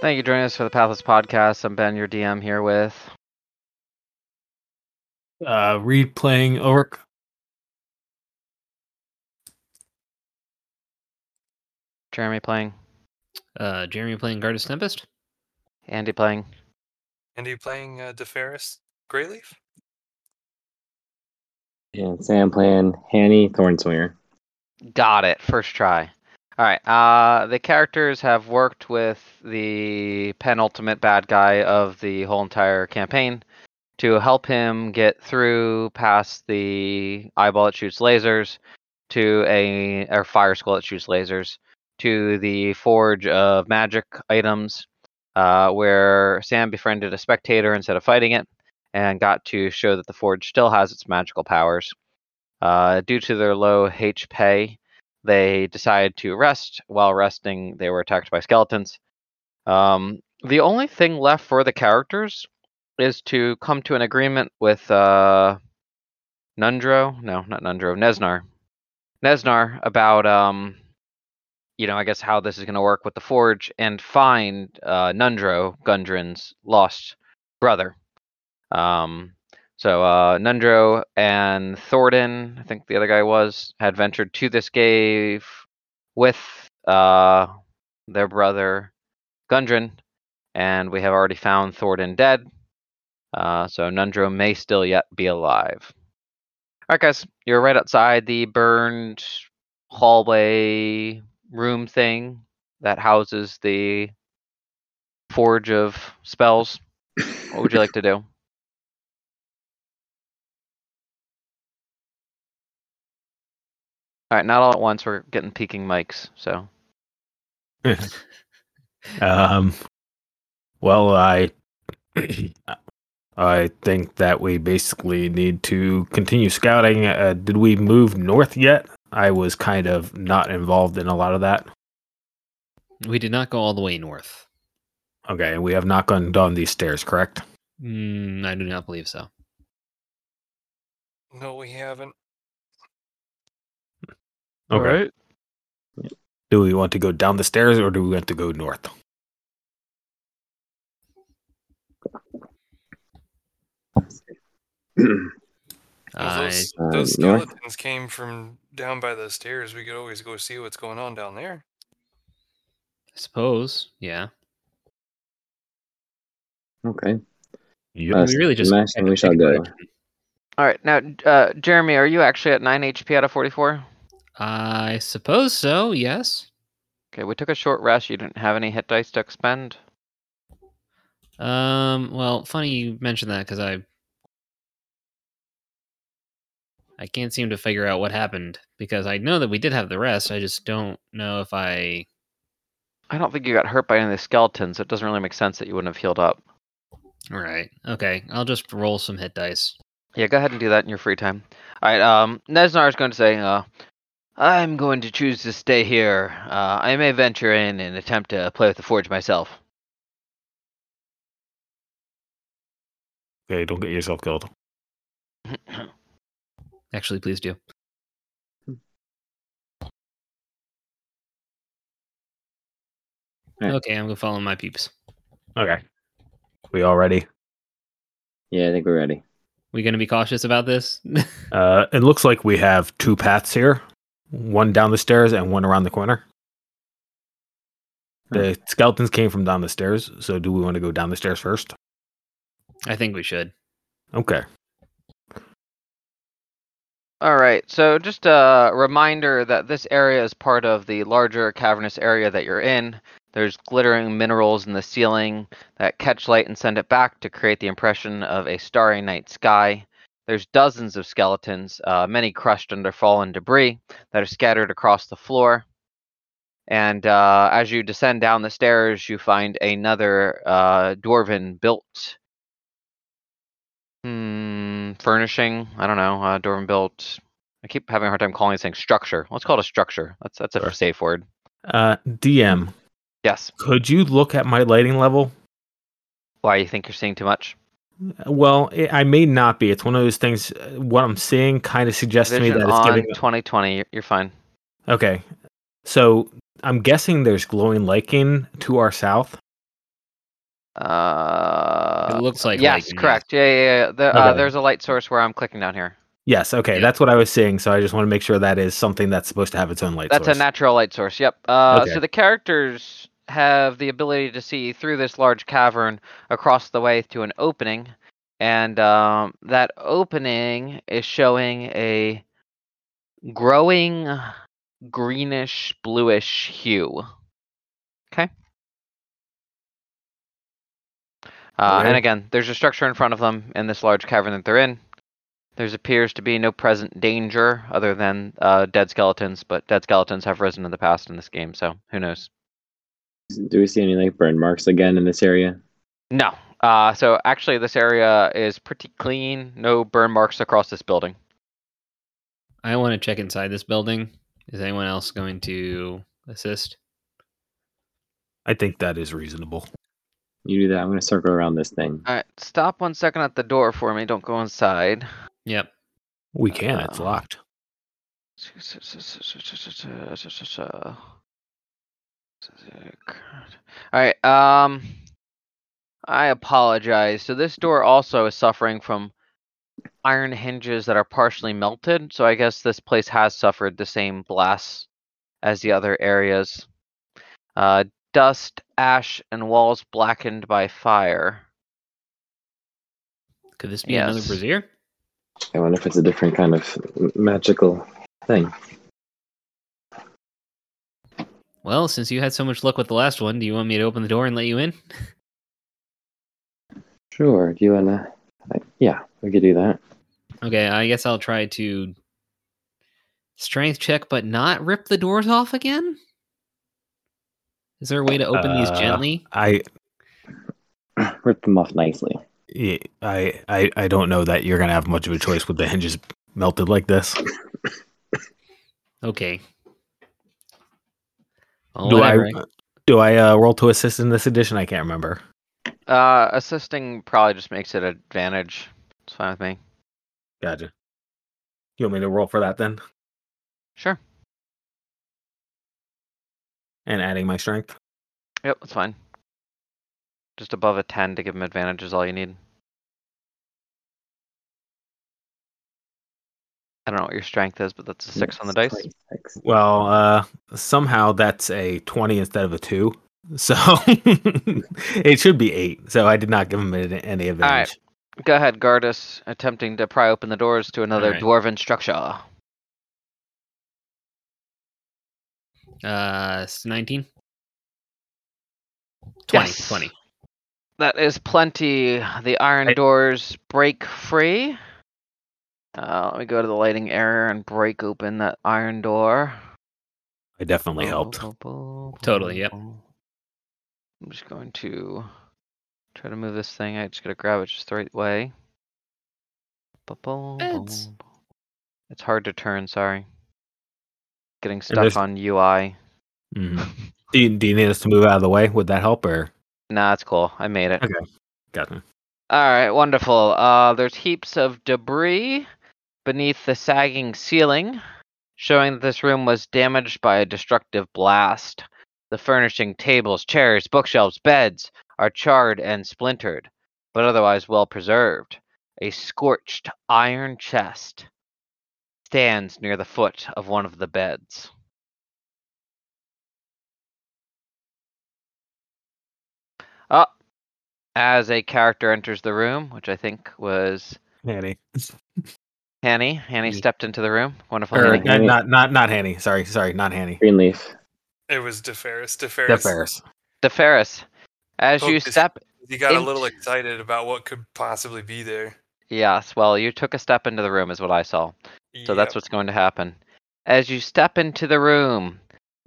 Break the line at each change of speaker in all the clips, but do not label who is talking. Thank you for joining us for the Pathless Podcast. I'm Ben, your DM here with.
Uh, Reed playing Orc.
Jeremy playing.
Uh, Jeremy playing Gardas Tempest.
Andy playing.
And are you playing uh, DeFerris Greyleaf?
And Sam playing Hanny Thornswinger.
Got it. First try. All right. Uh, the characters have worked with the penultimate bad guy of the whole entire campaign to help him get through past the eyeball that shoots lasers to a or fire skull that shoots lasers to the forge of magic items, uh, where Sam befriended a spectator instead of fighting it, and got to show that the forge still has its magical powers. Uh, due to their low HP, they decided to rest. While resting, they were attacked by skeletons. Um, the only thing left for the characters is to come to an agreement with uh, Nundro. No, not Nundro. Nesnar. Nesnar about um, you know, I guess how this is going to work with the forge and find uh, Nundro Gundren's lost brother. Um, so uh, Nundro and Thornton, I think the other guy was, had ventured to this cave with uh, their brother Gundren, and we have already found Thornton dead. Uh, so Nundro may still yet be alive. All right, guys, you're right outside the burned hallway room thing that houses the forge of spells. What would you like to do? All right, not all at once. We're getting peaking mics, so
Um, well, I, I think that we basically need to continue scouting. Uh, did we move north yet? I was kind of not involved in a lot of that.
We did not go all the way north.
Okay, we have not gone down these stairs, correct?
Mm, I do not believe so.
No, we haven't.
Okay.
Alright.
Do we want to go down the stairs or do we want to go north?
Well,
I-
those
Uh,
those
Nora?
skeletons came from down by those stairs. We could always go see what's going on down there.
suppose, yeah.
okay.
Yep.
we really just
Max,
had
we
to
shall
pick a
go.
direction.
All right, now uh, Jeremy, are you actually at nine HP out of forty-four?
I suppose so. Yes.
Okay, we took a short rest. You didn't have any hit dice to expend.
Um. Well, funny you mentioned that because I I can't seem to figure out what happened because I know that we did have the rest. I just don't know if I.
I don't think you got hurt by any of the skeletons. so It doesn't really make sense that you wouldn't have healed up.
All right. Okay. I'll just roll some hit dice.
Yeah, go ahead and do that in your free time. All right, um, Nesnar is going to say, uh, "I'm going to choose to stay here. Uh, I may venture in and attempt to play with the forge myself."
Okay, don't get yourself killed.
Actually, please do.
Alright.
Okay, I'm gonna follow my peeps.
Okay. We all ready?
Yeah, I think we're ready.
We gonna be cautious about this?
Uh, it looks like we have two paths here one down the stairs and one around the corner. The skeletons came from down the stairs, so do we want to go down the stairs first?
I think we should.
Okay.
All right. So just a reminder that this area is part of the larger cavernous area that you're in. There's glittering minerals in the ceiling that catch light and send it back to create the impression of a starry night sky. There's dozens of skeletons, uh, many crushed under fallen debris that are scattered across the floor. And uh, as you descend down the stairs, you find another uh, dwarven built Hmm, furnishing. I don't know. Uh, Dorman built. I keep having a hard time calling this thing structure. Let's call it a structure. That's that's a
Sure.
safe word.
Uh, DM,
Yes.
could you look at my lighting level?
Why you think you're seeing too much?
Well, it, I may not be. It's one of those things. uh, What I'm seeing kind of suggests to me
Vision
that it's
on
giving.
2020. You're, you're fine.
Okay, so I'm guessing there's glowing lichen to our south.
Uh,
it looks like
yes,
lightning.
correct. Yeah, yeah, yeah. The, uh,
Okay.
there's a light source where I'm clicking down here.
Yes, okay,
Yeah.
that's what I was seeing. So I just want to make sure that is something that's supposed to have its own light
That's
source.
a natural light source. Yep. Uh,
Okay.
So the characters have the ability to see through this large cavern across the way to an opening, and um, that opening is showing a growing greenish bluish hue. Okay. Uh, and
Okay.
again, there's a structure in front of them in this large cavern that they're in. There appears to be no present danger other than uh, dead skeletons, but dead skeletons have risen in the past in this game, so who knows?
Do we see any like burn marks again in this area?
No. Uh, so actually, this area is pretty clean. No burn marks across this building.
I want to check inside this building. Is anyone else going to assist?
I think that is reasonable.
You do that. I'm gonna circle around this thing.
All right, stop one second at the door for me. Don't go inside.
Yep.
We can, it's
Uh,
locked.
All right. Um, I apologize. So this door also is suffering from iron hinges that are partially melted. So I guess this place has suffered the same blasts as the other areas. Uh, dust, ash, and walls blackened by fire.
Could this be another
Yes.
brazier?
I wonder if it's a different kind of m- magical thing.
Well, since you had so much luck with the last one, do you want me to open the door and let you in?
Sure. Do you wanna? I, yeah, we could do that.
Okay, I guess I'll try to strength check, but not rip the doors off again. Is there a way to open these
Uh,
gently?
I,
Rip them off nicely.
I, I, I don't know that you're gonna have much of a choice with the hinges melted like this.
Okay. Well,
do I,
whatever.
do I uh, roll to assist in this edition? I can't remember.
Uh, assisting probably just makes it advantage. It's fine with me.
Gotcha. You want me to roll for that then?
Sure.
And adding my strength.
Yep, that's fine. Just above a 10 to give him advantage is all you need. I don't know what your strength is, but that's a 6 on the dice.
Six.
Well, uh, somehow that's a twenty instead of a two, so it should be eight. So I did not give him any, any advantage.
right. Go ahead, Gardas, attempting to pry open the doors to another
Alright.
dwarven structure.
Uh, 19? 20,
Yes.
20.
That is plenty. The iron
I-
doors break free. Uh, let me go to the lighting area and break open that iron door.
I definitely helped.
Totally, yep.
I'm just going to try to move this thing. I just gotta grab it just the right way. Ba-boom,
It's-
boom, boom. It's hard to turn. Sorry. Getting
there's-
stuck on UI.
Mhm. Do you, do you need us to move out of the way? Would that help or?
Nah, it's cool. I made it.
Okay. Gotcha.
All right, wonderful. Uh, there's heaps of debris beneath the sagging ceiling, showing that this room was damaged by a destructive blast. The furnishing, tables, chairs, bookshelves, beds are charred and splintered, but otherwise well preserved. A scorched iron chest stands near the foot of one of the beds. Ah, as a character enters the room, which I think was
Hanny.
Hanny. Hanny
Ye-
stepped into the room. Wonderful.
Or,
Hanny.
not, not not not Hanny. Sorry, sorry, not Hanny.
Greenleaf.
It was DeFerris. DeFerris.
The Ferris.
DeFerris, as you
Focus.
step,
He got a
Eight.
little excited about what could possibly be there.
yes, well, you took a step into the room, is what I saw. So that's what's going to happen. As you step into the room,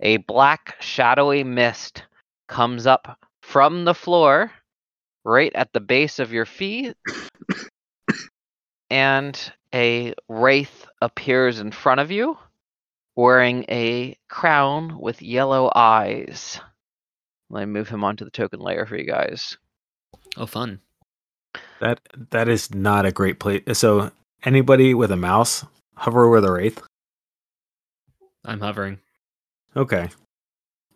a black, shadowy mist comes up from the floor, right at the base of your feet, and a wraith appears in front of you, wearing a crown with yellow eyes. Let me move him onto the token layer for you guys.
Oh, fun.
That that is not a great place. So anybody with a mouse, hover over the wraith.
I'm hovering.
Okay,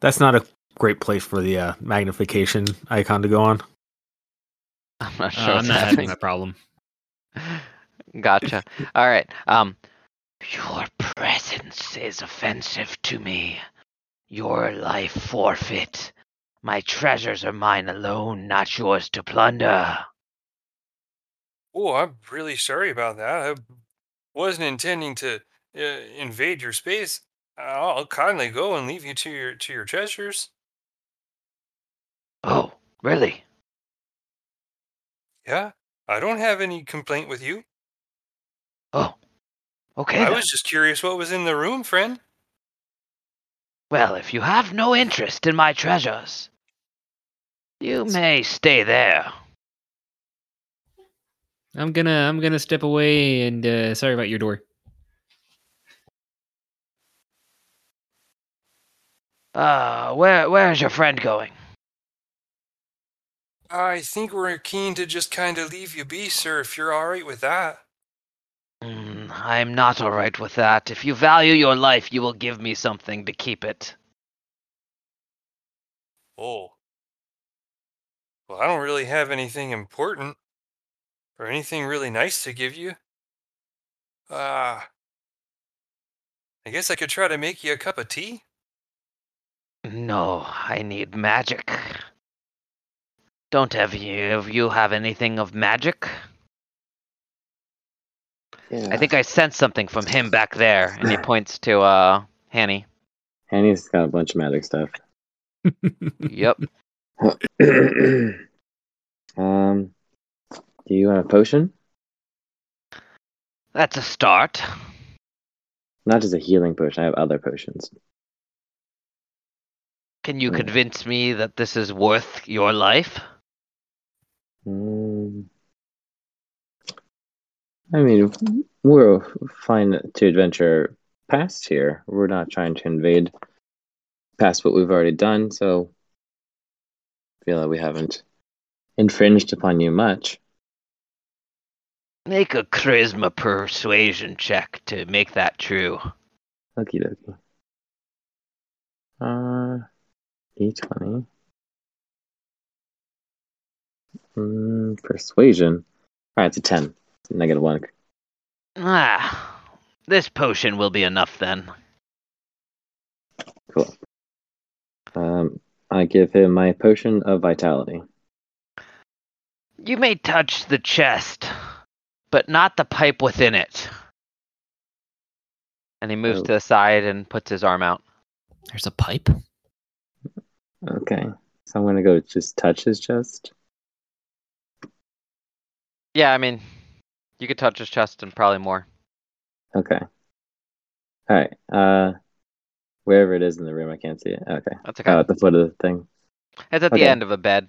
that's not a great place for the uh, magnification icon to go on.
not
Uh,
sure
I'm
what's
not having
happening.
that problem.
Gotcha. All right. Um, your presence is offensive to me. Your life forfeit. My treasures are mine alone, not yours to plunder.
Oh, I'm really sorry about that. I wasn't intending to uh, invade your space. I'll I'll kindly go and leave you to your to your treasures.
Oh, really?
Yeah, I don't have any complaint with you.
Oh, okay.
I
then.
was just curious what was in the room, friend.
Well, if you have no interest in my treasures, you may stay there.
I'm gonna I'm gonna step away and uh, sorry about your door.
Uh, where where is your friend going?
I think we're keen to just kind of leave you be, sir, if you're all right with that.
Mm, I'm not all right with that. If you value your life, you will give me something to keep it.
Oh. Well, I don't really have anything important or anything really nice to give you. Ah. I guess I could try to make you a cup of tea.
No, I need magic. Don't have you of you have anything of magic?
Yeah.
I think I sensed something from him back there, and he points to uh Hanny.
Hanny's got a bunch of magic stuff.
Yep.
um, do you want a potion?
That's a start.
Not just a healing potion. I have other potions.
Can you
Hmm.
convince me that this is worth your life?
Mm. I mean, we're fine to adventure past here. We're not trying to invade past what we've already done, so I feel like we haven't infringed upon you much.
Make a charisma persuasion check to make that true.
Okie dokie. Uh, d20. Mm, persuasion. All right, it's a 10. It's a negative one.
Ah, this potion will be enough then.
Cool. Um, I give him my potion of vitality.
You may touch the chest, but not the pipe within it. And he moves
Oh.
to the side and puts his arm out.
There's a pipe.
Okay, so I'm gonna go just touch his chest.
Yeah, I mean, you could touch his chest and probably more.
Okay. All right. Uh, wherever it is in the room, I can't see it. Okay.
That's okay.
Oh, at the foot of the thing.
It's at
Okay.
the end of a bed.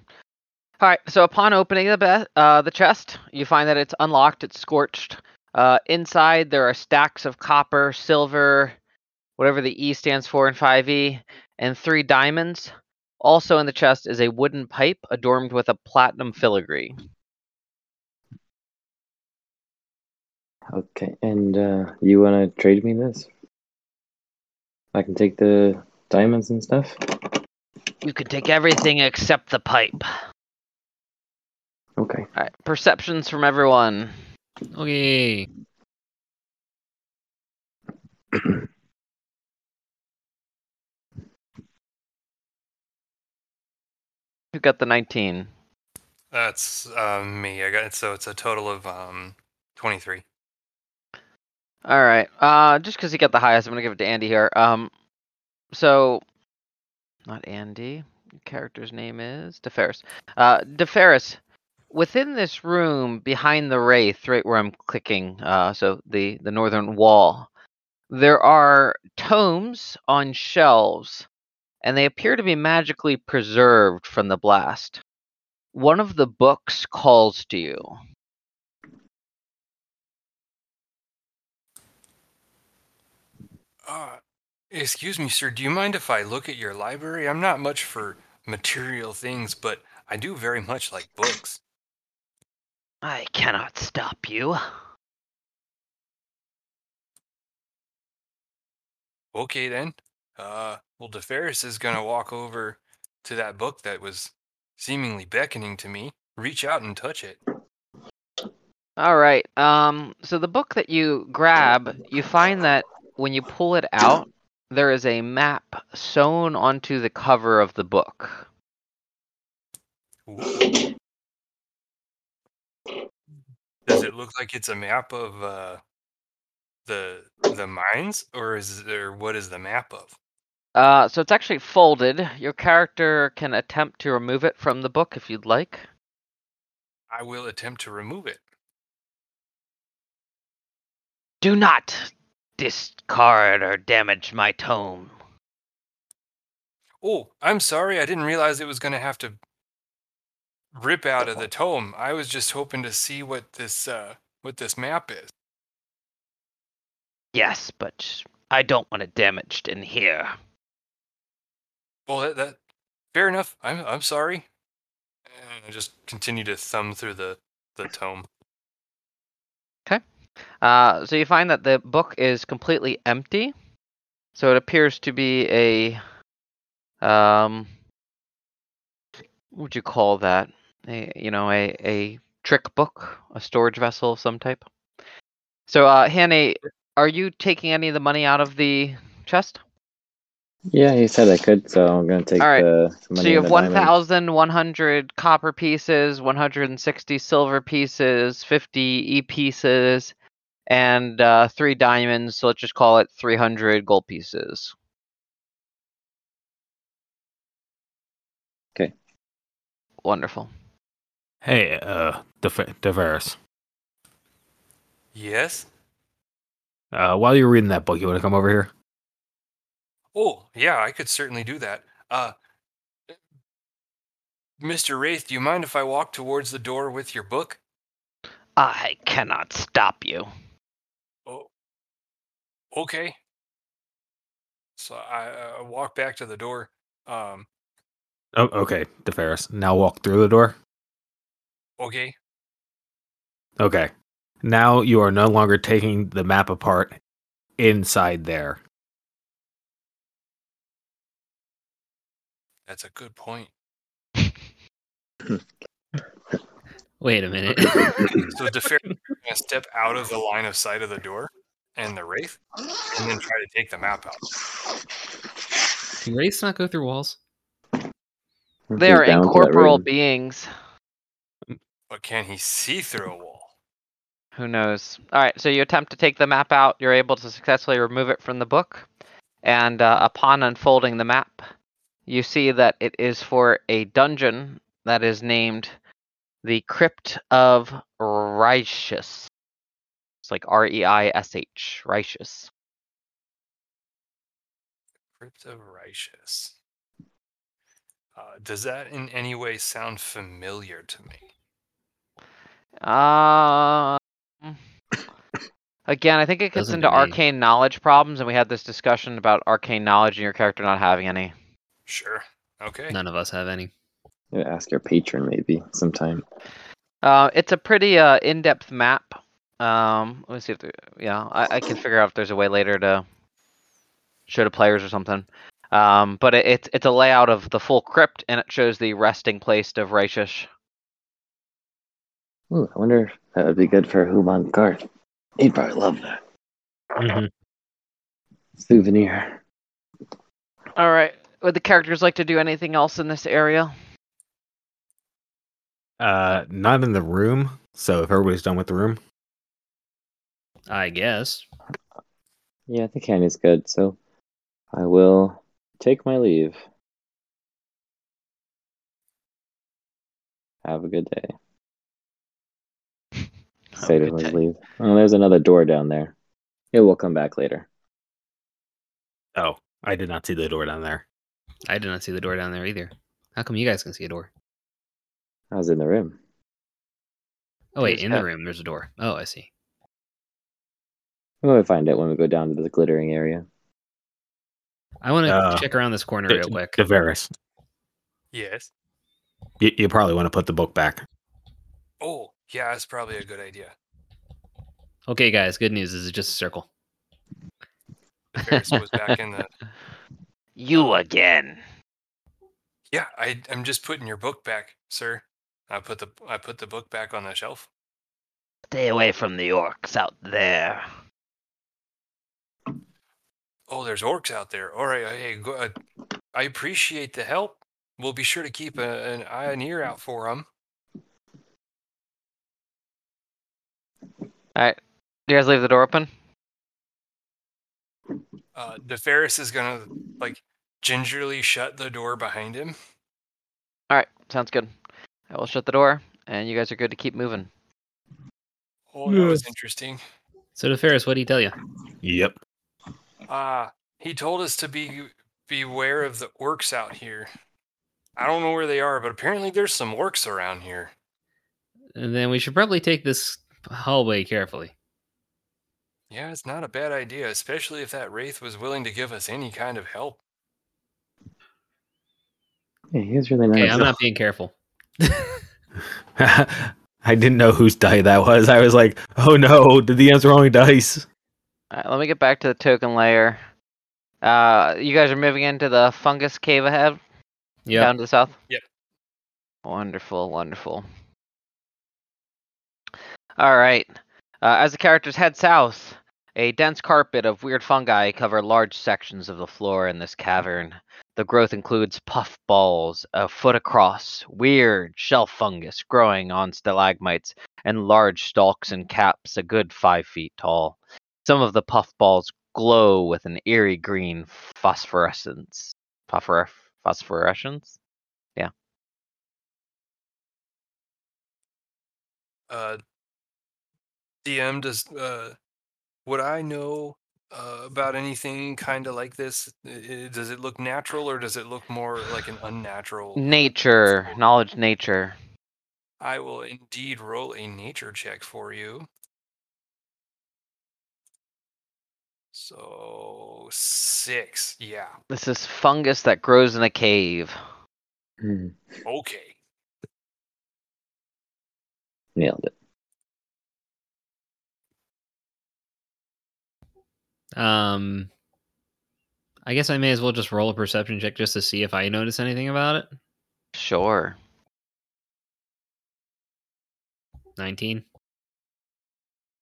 All right. So upon opening the be- uh, the chest, you find that it's unlocked. It's scorched. Uh, inside there are stacks of copper, silver, whatever the E stands for in 5e, and three diamonds. Also in the chest is a wooden pipe adorned with a platinum filigree.
Okay, and uh, you wanna trade me this? I can take the diamonds and stuff.
You can take everything except the pipe.
Okay.
All right. Perceptions from everyone.
Okay.
Who got the 19?
That's um, me. I got so it's a total of um, twenty-three.
All right. Uh, just because he got the highest, I'm gonna give it to Andy here. Um, so, not Andy. Your Character's name is DeFerris. Uh, DeFerris. Within this room, behind the wraith, right where I'm clicking, uh, so the the northern wall, there are tomes on shelves, and they appear to be magically preserved from the blast. One of the books calls to you.
Uh, excuse me, sir. Do you mind if I look at your library? I'm not much for material things, but I do very much like books.
I cannot stop you.
Okay then. Uh, well, DeFerris is gonna walk over to that book that was seemingly beckoning to me, reach out and touch it.
All right. Um, so the book that you grab, you find that when you pull it out, there is a map sewn onto the cover of the book.
Ooh. Does it look like it's a map of uh, the the mines, or is there what is the map of?
Uh, so it's actually folded. Your character can attempt to remove it from the book if you'd like.
I will attempt to remove it.
Do not discard or damage my tome.
Oh, I'm sorry. I didn't realize it was going to have to rip out of the tome. I was just hoping to see what this uh, what this map is.
Yes, but I don't want it damaged in here.
Well, that, that fair enough. I'm I'm sorry. And I just continue to thumb through the the tome.
Uh, so you find that the book is completely empty. So it appears to be a, um, what would you call that? A, you know, a, a trick book, a storage vessel of some type. So, uh, Hanny, are you taking any of the money out of the chest?
Yeah, he said I could, so I'm gonna take
All right.
the money.
so you
and
have
the diamond.
1,100 copper pieces, 160 silver pieces, 50 E pieces, and uh, three diamonds. So let's just call it 300 gold pieces.
Okay.
Wonderful.
Hey, uh, Def- Deveris,
Yes.
uh, while you're reading that book, you want to come over here?
Oh, yeah. I could certainly do that. Uh, Mr. Wraith, do you mind if I walk towards the door with your book?
I cannot stop you.
Oh, okay. So I uh, walk back to the door. Um,
Oh, okay, Deferris. Now walk through the door.
okay.
Okay. Now you are no longer taking the map apart inside there.
That's a good point.
Wait a minute.
So the fairy is gonna step out of the line of sight of the door and the wraith, and then try to take the map out.
Can wraiths not go through walls?
They
He's
are
down for that
incorporeal
room.
beings.
But can he see through a wall?
Who knows? All right, so you attempt to take the map out. You're able to successfully remove it from the book. And uh, upon unfolding the map, you see that it is for a dungeon that is named the Crypt of Righteous. It's like R E I S H, Righteous.
Crypt of Righteous. Uh, does that in any way sound familiar to me?
Um, again, I think it gets
Doesn't
into
to me.
arcane knowledge problems, and we had this discussion about arcane knowledge and your character not having any.
Sure. Okay.
None of us have any.
Yeah, ask your patron maybe sometime.
Uh, it's a pretty uh, in-depth map. Um, let me see if there, yeah, I, I can figure out if there's a way later to show to players or something. Um, but it, it's it's a layout of the full crypt, and it shows the resting place of Raishish.
Ooh, I wonder if that would be good for Human Garth. He'd probably love that
Mm-hmm.
souvenir.
All right. Would the characters like to do anything else in this area?
Uh, not in the room. So if everybody's done with the room,
I guess.
Yeah, I think Annie's good, so I will take my leave. Have a good day. Say to his leave. Oh, there's another door down there. Yeah, we'll come back later.
oh, I did not see the door down there.
I did not see the door down there either. How come you guys can see a door?
I was in the room.
Oh wait,
There's
in the
a-
room there's a door. Oh, I see.
We'll find out when we go down to the glittering area.
I want to
Uh,
check around this corner real quick.
Deveris,
Yes.
you, you probably want to put the book back.
Oh, yeah, that's probably a good idea.
Okay, guys, good news. This is just a circle.
The Ferris was back in the.
You again.
Yeah, I, I'm just putting your book back, sir. I put the I put the book back on the shelf.
Stay away from the orcs out there.
Oh, there's orcs out there. All right, hey, go, uh, I appreciate the help. We'll be sure to keep a, an eye and ear out for them.
All right. Do you guys leave the door open?
Uh, the Ferris is gonna like gingerly shut the door behind him.
All right. Sounds good. I will shut the door, and you guys are good to keep moving.
Oh, that was interesting.
So, the Ferris, what did he tell you?
Yep.
Uh he told us to be beware of the orcs out here. I don't know where they are, but apparently there's some orcs around here.
And then we should probably take this hallway carefully.
Yeah, it's not a bad idea, especially if that wraith was willing to give us any kind of help.
Yeah, he was really nice.
Okay, I'm not being careful.
I didn't know whose die that was. I was like, oh no, the DM's rolling dice.
All right. Let me get back to the token layer. Uh, you guys are moving into the fungus cave ahead.
Yeah.
Down to the south?
Yep.
Wonderful, wonderful. All right. Uh, as the characters head south, a dense carpet of weird fungi cover large sections of the floor in this cavern. The growth includes puff balls a foot across, weird shelf fungus growing on stalagmites, and large stalks and caps a good five feet tall. Some of the puff balls glow with an eerie green phosphorescence. Phosphor- phosphorescence?
Uh, DM, does uh, would I know uh, about anything kind of like this? I- I- Does it look natural or does it look more like an unnatural?
Nature, knowledge, nature.
I will indeed roll a nature check for you. So six, yeah,
This is fungus that grows in a cave.
Hmm,
okay.
nailed it.
Um, I guess I may as well just roll a perception check just to see if I notice anything about it.
Sure.
19.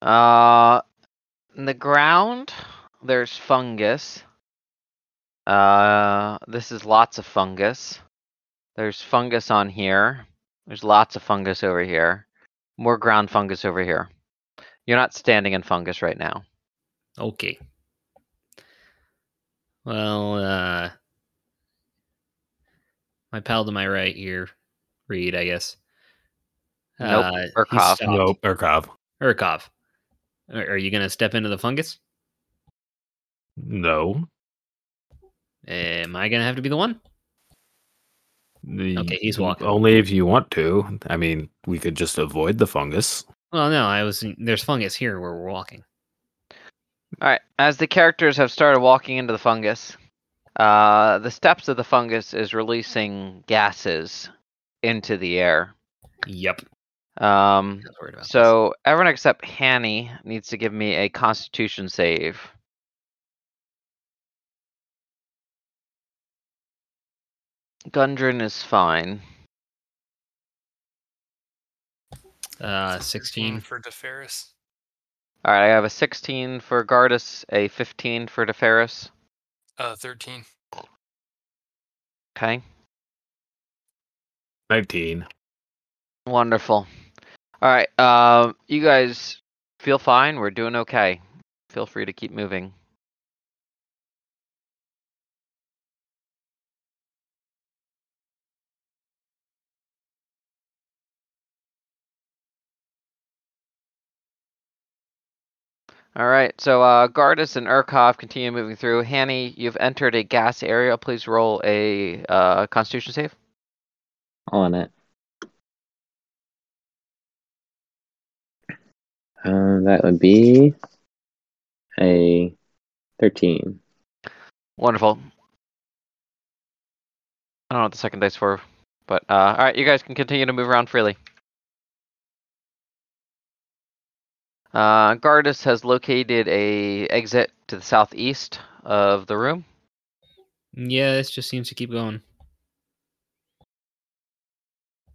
Uh, in the ground, there's fungus. Uh, this is lots of fungus. There's fungus on here. There's lots of fungus over here. More ground fungus over here. You're not standing in fungus right now.
Okay. Well, uh, my pal to my right here, Reed, I guess. Uh,
Nope,
he
Urkov.
stopped.
Nope. Erkov.
Urkov. Are are you going to step into the fungus?
No.
Am I going to have to be the one?
The-
Okay, he's walking.
Only if you want to. I mean, we could just avoid the fungus.
Well, no, I was. There's fungus here where we're walking.
All right. As the characters have started walking into the fungus, uh, the steps of the fungus is releasing gases into the air.
Yep.
Um,
I was worried about this.
so everyone except Hanny needs to give me a Constitution save. Gundren is fine.
uh,
16
16.
Mm, for DeFerris.
All right, I have a 16 for Gardas, a 15 for Deferis.
Uh, 13.
Okay.
19.
Wonderful. All right. Um, you guys feel fine. We're doing okay. Feel free to keep moving. All right. So uh, Gardas and Urkov continue moving through. Hanny, you've entered a gas area. Please roll a uh, Constitution save.
On it. Uh, that would be a 13.
Wonderful. I don't know what the second dice for, but uh, all right, you guys can continue to move around freely. Uh, Gardas has located a exit to the southeast of the room. Mm.
Yeah, this just seems to keep going.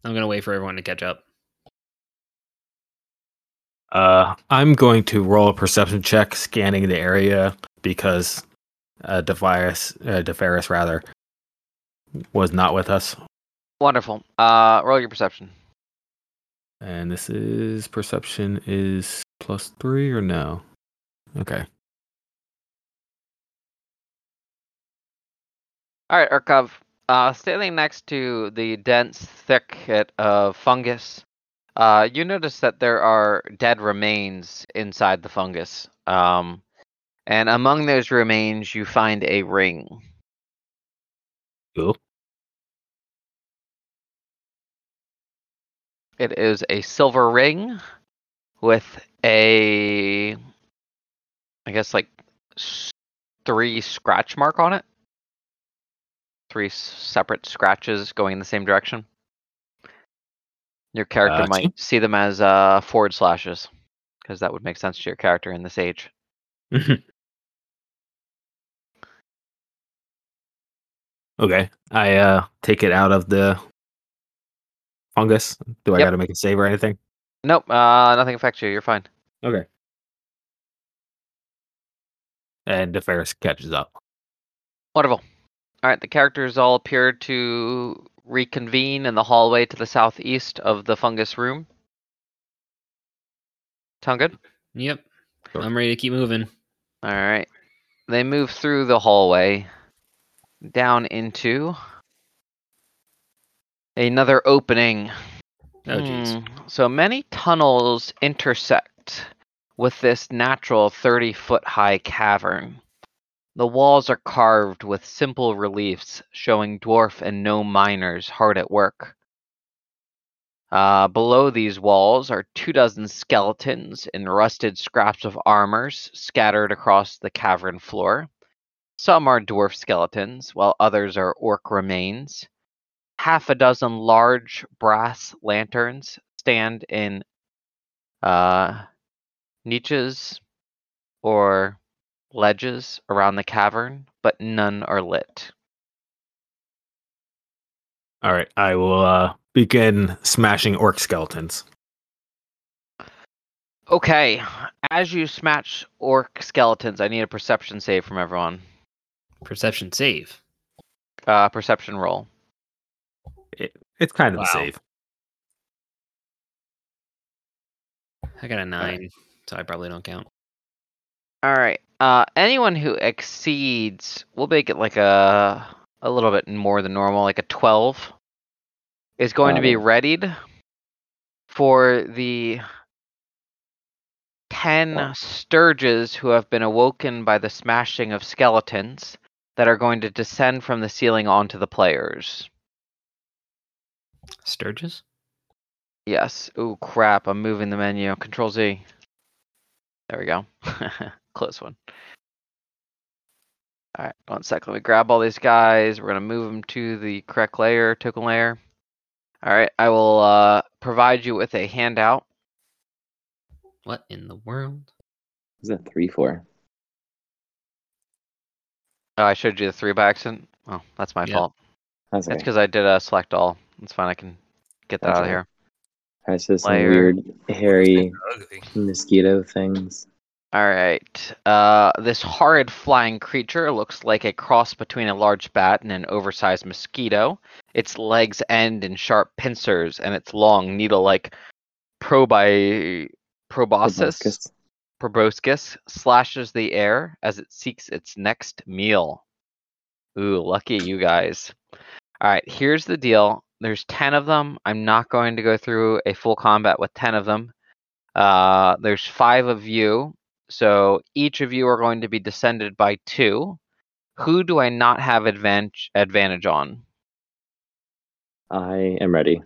I'm gonna wait for everyone to catch up.
Uh, I'm going to roll a perception check scanning the area because uh, Defias, uh, Deferis rather, was not with us.
Wonderful. Uh, roll your perception.
And this is perception is plus three or no? Okay.
All right, Urkov. Uh, standing next to the dense thicket of fungus, uh, you notice that there are dead remains inside the fungus. Um, and among those remains, you find a ring.
Cool.
It is a silver ring with a, I guess, like s- three scratch mark on it. Three s- separate scratches going in the same direction. Your character
Gotcha.
might see them as uh, forward slashes, because that would make sense to your character in this age.
Okay. I uh take it out of the fungus. Do I
Yep.
gotta make a save or anything?
Nope, uh, nothing affects you. You're fine.
Okay. And Deferis catches up.
Wonderful. All right, the characters all appear to reconvene in the hallway to the southeast of the fungus room. Sound good?
Yep.
Sure.
I'm ready to keep moving.
All right. They move through the hallway down into another opening.
Oh jeez.
Hmm, So many tunnels intersect with this natural 30 foot high cavern. The walls are carved with simple reliefs showing dwarf and gnome miners hard at work. Uh, below these walls are two dozen skeletons and rusted scraps of armors scattered across the cavern floor. Some are dwarf skeletons, while others are orc remains half a dozen large brass lanterns stand in uh, niches or ledges around the cavern, but none are lit.
All right, I will uh begin smashing orc skeletons.
Okay, as you smash orc skeletons, I need a perception save from everyone.
Perception save.
Uh, perception roll.
It's kind of
Wow.
a save.
I got a nine, so I probably don't count.
All right. Uh, anyone who exceeds, we'll make it like a a little bit more than normal, like a twelve, is going to be
Got it.
readied for the ten
Wow.
sturges who have been awoken by the smashing of skeletons that are going to descend from the ceiling onto the players.
Sturges?
Yes. Oh crap! I'm moving the menu. Control Z. There we go. Close one. All right, one sec. Let me grab all these guys. We're gonna move them to the correct layer, token layer. All right, I will uh, provide you with a handout.
What in the world?
Is that three, four?
Oh, I showed you the three by accident. Oh, that's my
Yeah.
fault.
That's
That's
okay.
because I did a select all. That's fine. I can get that
That's
out of
all
here.
That's just some
Layer.
weird, hairy
Ugly.
mosquito things.
All right. Uh, this horrid flying creature looks like a cross between a large bat and an oversized mosquito. Its legs end in sharp pincers, and its long needle-like probi proboscis
Proboscis.
proboscis slashes the air as it seeks its next meal. Ooh, lucky you guys. All right, here's the deal. There's 10 of them. I'm not going to go through a full combat with 10 of them. Uh, there's five of you. So each of you are going to be descended by two. Who do I not have advantage, advantage on?
I am ready.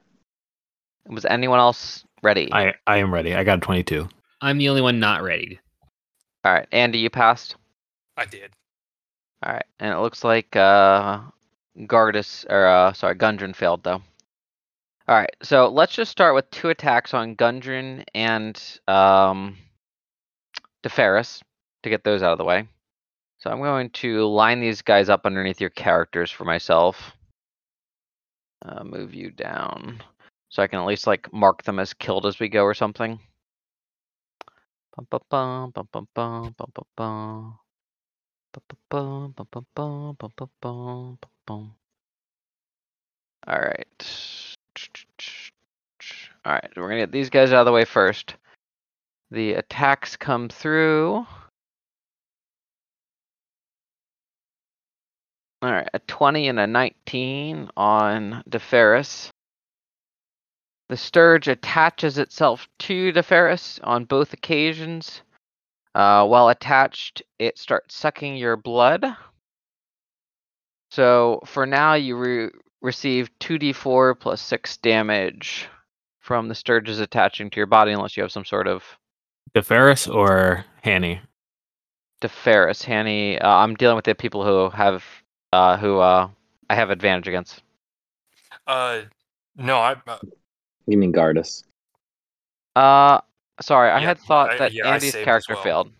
Was anyone else ready?
I I am ready. I got a 22.
I'm the only one not readied.
All right, Andy, you passed.
I did.
All right, and it looks like uh, Gardas or uh, sorry, Gundren failed though. All right, so let's just start with two attacks on Gundren and um, Deferis to get those out of the way. So I'm going to line these guys up underneath your characters for myself. Uh, move you down. so I can at least like mark them as killed as we go or something. Bum, bum, bum, bum, bum, bum, bum, bum, bum. Bum, bum, bum, bum, bum, bum, bum, bum, bum, bum. All right. All right, we're gonna get these guys out of the way first. The attacks come through. All right, a 20 and a 19 on DeFerris. The Sturge attaches itself to DeFerris on both occasions. Uh, while attached, it starts sucking your blood. So for now, you re- receive 2d4 plus 6 damage from the Sturges attaching to your body, unless you have some sort of
The Ferris or Hanny?
DeFerris. Hanny, uh, I'm dealing with the people who have, uh, who uh, I have advantage against.
Uh, no, I. Uh,
You mean Gardas?
Uh, sorry, I
Yeah,
had thought
I-
that
yeah, I
Andy's
saved as
character
well.
failed.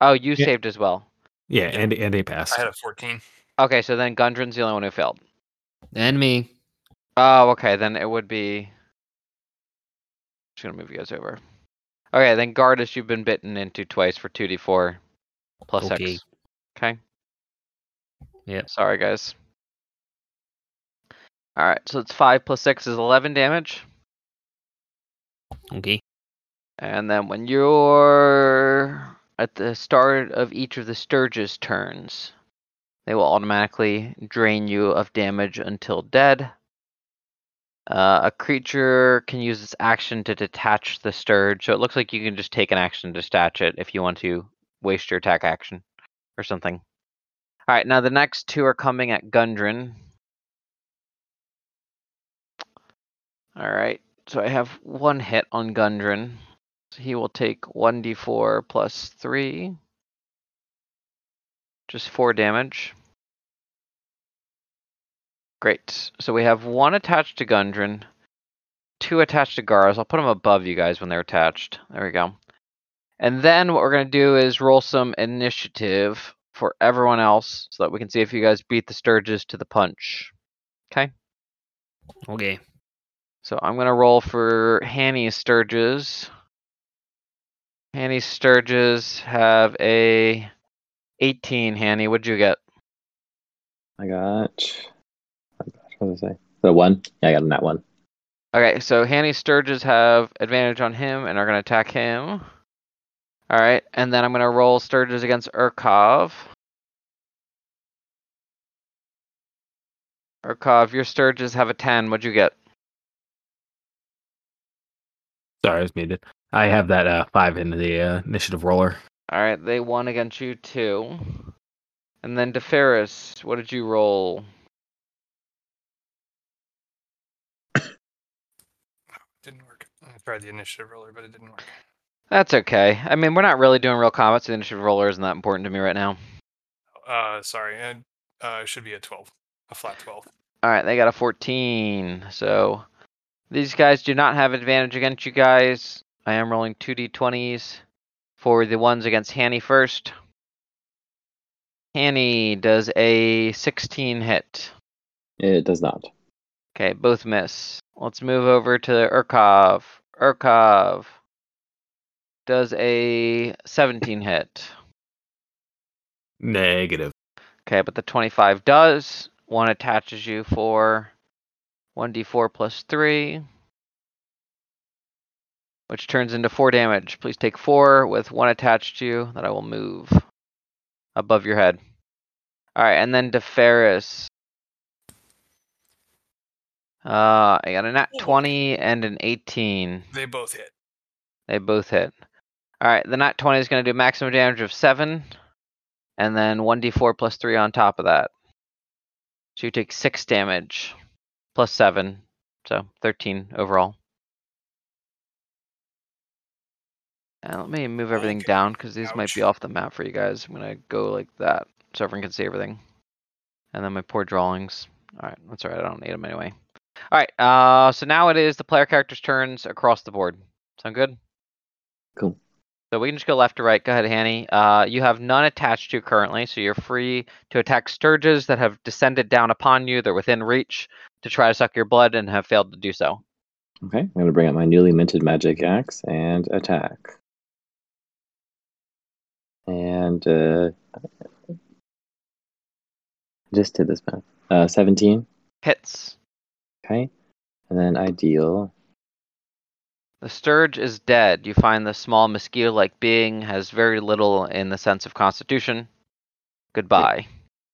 Oh, you
Yeah.
saved as well.
Yeah, and and they passed.
I had a 14.
Okay, so then Gundren's the only one who failed.
And me.
Oh, okay, then it would be. Just gonna move you guys over. Okay, then Gardas, you've been bitten into twice for two d four, plus
Okay.
X. Okay.
Yep.
Sorry, guys. All right, so it's five plus six is eleven damage,
Okay.
and then when you're at the start of each of the Sturges' turns, they will automatically drain you of damage until dead. Uh, a creature can use its action to detach the Sturge, so it looks like you can just take an action to detach it if you want to waste your attack action or something. All right, now the next two are coming at Gundren. All right, so I have one hit on Gundren. So he will take 1d4 plus 3, just 4 damage. Great. So we have one attached to Gundren, two attached to Garas. I'll put them above you guys when they're attached. There we go. And then what we're going to do is roll some initiative for everyone else so that we can see if you guys beat the Sturges to the punch.
Okay.
So I'm going to roll for Hanny's Sturges. Hanny's Sturges have a 18. Hanny, what'd you get?
I got. What did I say? The one? Yeah, I got a nat one.
Okay, so Hanny Sturges have advantage on him and are going to attack him. All right, and then I'm going to roll Sturges against Urkov. Urkov, your Sturges have a 10. What'd you get?
Sorry, I was muted. I have that uh, five in the uh, initiative roller.
All right, they won against you too. And then DeFerris, what did you roll?
Didn't work. I tried the initiative roller, but it didn't work.
That's okay. I mean, we're not really doing real combat, so the initiative roller isn't that important to me right now.
Uh, sorry. And uh, it should be a 12, a flat 12.
All right, they got a 14. So these guys do not have advantage against you guys. I am rolling 2d20s for the ones against Hanny first. Hanny does a 16 hit.
It does not.
Okay, both miss. Let's move over to Urkov. Urkov does a 17 hit.
Negative.
Okay, but the 25 does. One attaches you for 1d4 plus 3, which turns into 4 damage. Please take 4 with one attached to you that I will move above your head. Alright, and then DeFerris. Uh, I got a nat
Ooh.
20 and an 18.
They both hit.
They both hit. All right, the nat 20 is going to do maximum damage of 7, and then 1d4 plus 3 on top of that. So you take 6 damage, plus 7, so 13 overall. And let me move everything
Okay,
down because these might be
ouch.
off the map for you guys. I'm going to go like that so everyone can see everything. And then my poor drawings. All right, that's all right. I don't need them anyway. All right, uh, so now it is the player character's turns across the board. Sound good?
Cool.
So we can just go left to right. Go ahead, Hanny. Uh, you have none attached to you currently, so you're free to attack Sturges that have descended down upon you. They're within reach to try to suck your blood and have failed to do so.
Okay, I'm going to bring out my newly minted magic axe and attack. And uh, just did this math. Uh, 17.
Hits.
Okay. And then I deal.
The Sturge is dead. You find the small mosquito like being has very little in the sense of constitution. Goodbye.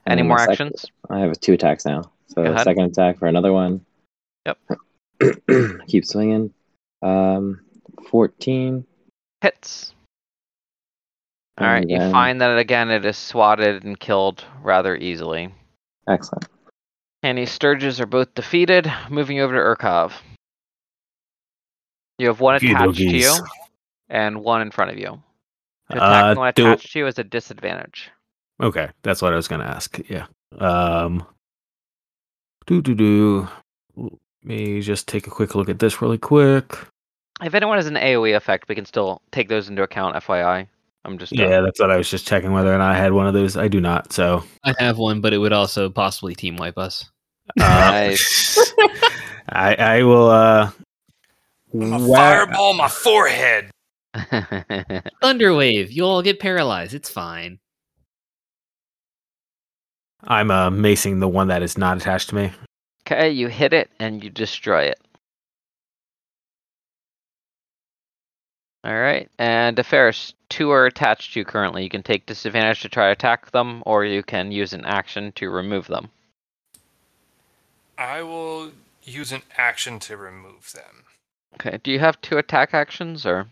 and
Any
then
more
my sec-
actions?
I have two attacks now. So
Go ahead.
second attack for another one.
Yep.
Keep swinging. Um, 14.
Hits. All right,
and
you
then-
find that again it is swatted and killed rather easily.
Excellent.
And these Sturges are both defeated. Moving over to Urkov. You have one
Okie
attached to you
dokies.
and one in front of you. To attack
Uh,
the one
do-
attached to you is a disadvantage.
Okay, that's what I was gonna ask. Yeah. Um. Do do do. Let me just take a quick look at this really quick.
If anyone has an AoE effect, we can still take those into account, FYI. I'm just uh,
Yeah, that's what I was just checking whether or not I had one of those. I do not. So.
I have one, but it would also possibly team wipe us.
Uh, I I will. Uh,
I'm a
wha-
fireball my forehead.
Thunderwave, you'll all get paralyzed. It's fine.
I'm uh, macing the one that is not attached to me.
okay, you hit it and you destroy it. All right, and Deferis, two are attached to you currently. You can take disadvantage to try to attack them, or you can use an action to remove them.
I will use an action to remove them.
Okay, do you have two attack actions, or?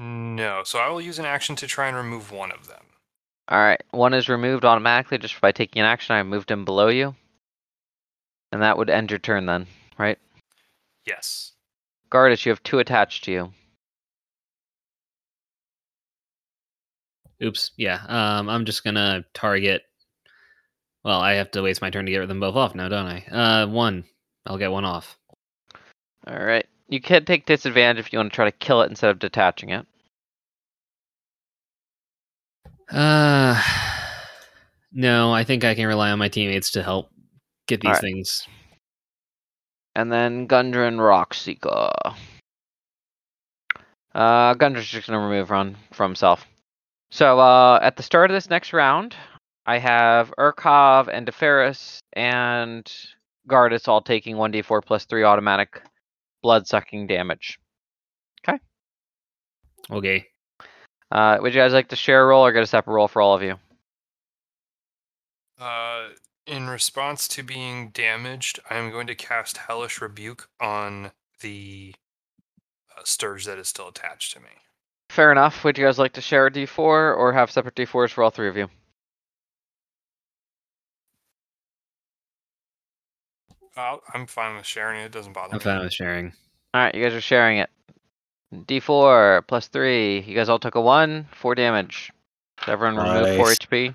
Mm, No, so I will use an action to try and remove one of them.
All right, one is removed automatically just by taking an action. I moved him below you, and that would end your turn then, right?
Yes.
Gardas, you have two attached to you.
Oops. Yeah. Um, I'm just gonna target. Well, I have to waste my turn to get them both off now, don't I? Uh, one. I'll get one off.
All right, you can take disadvantage if you want to try to kill it instead of detaching it.
Uh, no, I think I can rely on my teammates to help get these
Alright.
things.
And then Gundren Rockseeker. Uh, Gundren's just gonna remove run from himself. So uh, at the start of this next round, I have Urkov and Deferis and Gardas all taking 1d4 plus 3 automatic blood sucking damage.
Okay.
Uh, would you guys like to share a roll or get a separate roll for all of you?
Uh, in response to being damaged, I am going to cast Hellish Rebuke on the uh, Sturge that is still attached to me.
Fair enough. Would you guys like to share a d4 or have separate d4s for all three of you?
I'll, I'm fine with sharing it. It doesn't bother
I'm
me.
fine with sharing.
All right, you guys are sharing it. D4 plus 3. You guys all took a 1, 4 damage. So everyone remove 4
Nice.
HP.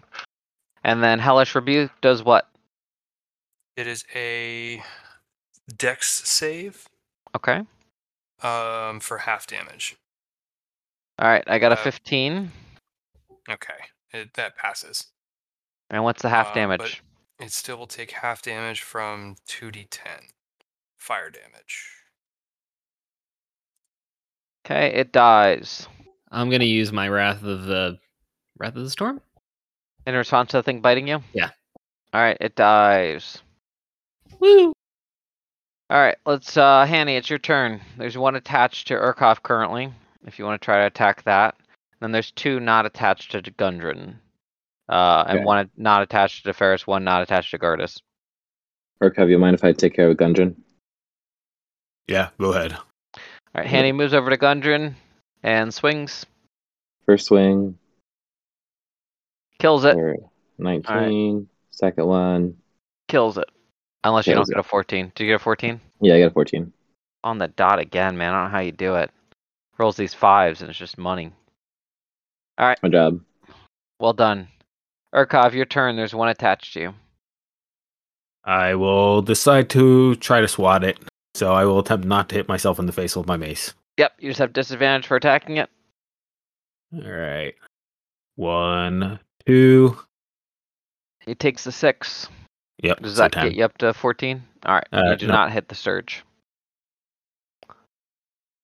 And then Hellish Rebuke does what?
It is a Dex save
Okay.
um, for half damage.
All right, I got a
Uh,
15.
Okay, it, that passes.
And what's the half
uh, but-
damage?
It still will take half damage from 2d10 fire damage.
Okay, it dies.
I'm gonna use my Wrath of the Wrath of the Storm.
In response to the thing biting you?
Yeah.
All right, it dies.
Woo!
All right, let's. uh Hanny, it's your turn. There's one attached to Urkov currently. If you want to try to attack that, then there's two not attached to Gundren, uh, and
Okay.
one not attached to Ferris, one not attached to Gardas.
Urkov, you mind if I take care of Gundren?
Yeah, go ahead.
All right,
Mm-hmm.
Hanny moves over to Gundren and swings,
First swing
kills it,
for 19. Second one.
kills it. Unless you don't
Kills
get a 14. Do you get a 14?
Yeah, I got a 14.
On the dot again, man. I don't know how you do it. Rolls these fives and it's just money.
My job.
Well done, Urkov. Your turn. There's one attached to you.
I will decide to try to swat it. So I will attempt not to hit myself in the face with my mace.
Yep, you just have disadvantage for attacking it.
All right. One, two.
He takes the six.
Yep.
Does
so
that
10.
get you up to 14? All right.
Uh,
you do
no.
not hit the surge.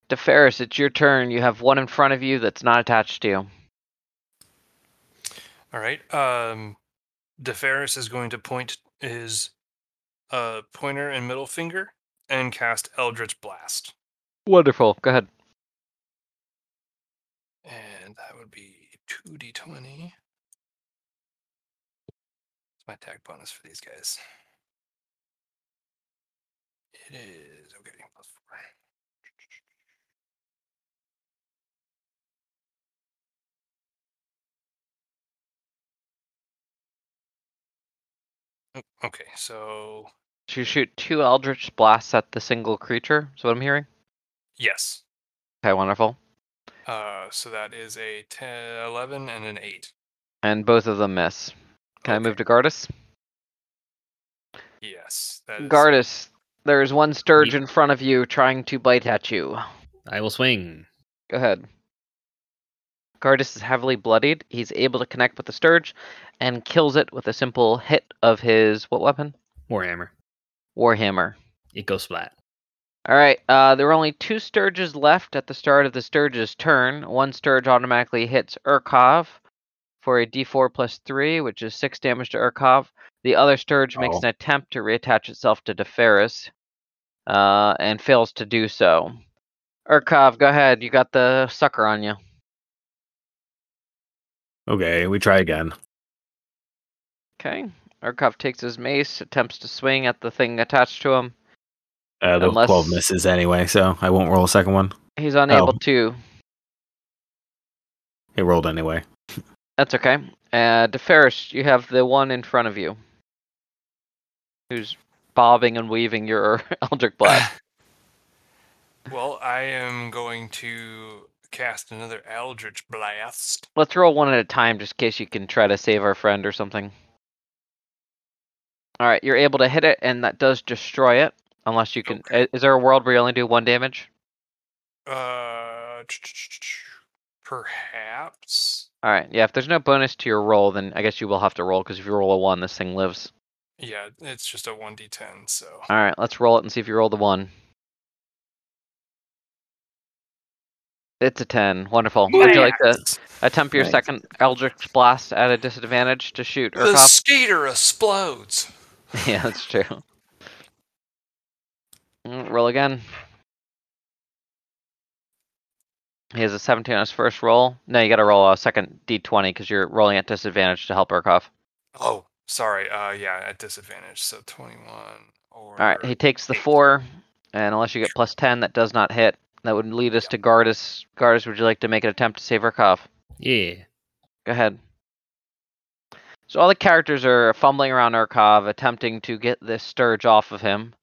DeFerris, it's your turn. You have one in front of you that's not attached to you.
All right. Um, DeFerris is going to point his uh, pointer and middle finger and cast Eldritch Blast.
Wonderful. Go ahead.
And that would be 2d20. It's my attack bonus for these guys. It is. Okay, plus four. Oh, Okay, so
So you shoot two Eldritch blasts at the single creature. Is what I'm hearing.
yes.
Okay, wonderful.
Uh, so that is a 10, 11 and an 8.
And both of them miss. Can I
Okay.
move to Gardas?
Yes. That is
Gardas, there is one Sturge in front of you trying to bite at you.
I will swing.
Go ahead. Gardas is heavily bloodied. He's able to connect with the Sturge and kills it with a simple hit of his, what weapon?
Warhammer.
Warhammer.
It goes flat.
All right. Uh, there are only two Sturges left at the start of the Sturge's turn. One Sturge automatically hits Urkov for a D4 plus three, which is six damage to Urkov. The other Sturge makes
Oh.
an attempt to reattach itself to Deferis, uh, and fails to do so. Urkov, go ahead. You got the sucker on you.
Okay, we try again.
Okay. Urkov takes his mace, attempts to swing at the thing attached to him.
Uh, the
Unless-
12 misses anyway, so I won't roll a second one.
He's unable to.
It rolled anyway.
That's okay. Uh, DeFerris, you have the one in front of you, who's bobbing and weaving your Eldritch Blast.
Well, I am going to cast another Eldritch Blast.
Let's roll one at a time, just in case you can try to save our friend or something. All right, you're able to hit it, and that does destroy it. Unless you can,
Okay.
i- is there a world where you only do one damage?
Uh, ch- ch- ch- ch- perhaps.
All right, yeah. If there's no bonus to your roll, then I guess you will have to roll because if you roll a one, this thing lives.
Yeah, it's just a 1d10, so.
All right, let's roll it and see if you roll the one. It's a ten. Wonderful. Would you like to
Blast!
Attempt your
Nice.
second Eldritch Blast at a disadvantage to shoot
The
Urkov.
skater explodes.
yeah, that's true. Mm, Roll again. He has a 17 on his first roll. No, you got to roll a second d20 because you're rolling at disadvantage to help Urkov.
Oh, sorry. Uh, yeah, at disadvantage, so 21 or.
All right, he takes the
eight.
four, and unless you get plus 10, that does not hit. That would lead us to Gardas. Gardas, would you like to make an attempt to save Urkov?
Yeah.
Go ahead. So all the characters are fumbling around Urkov, attempting to get this Sturge off of him.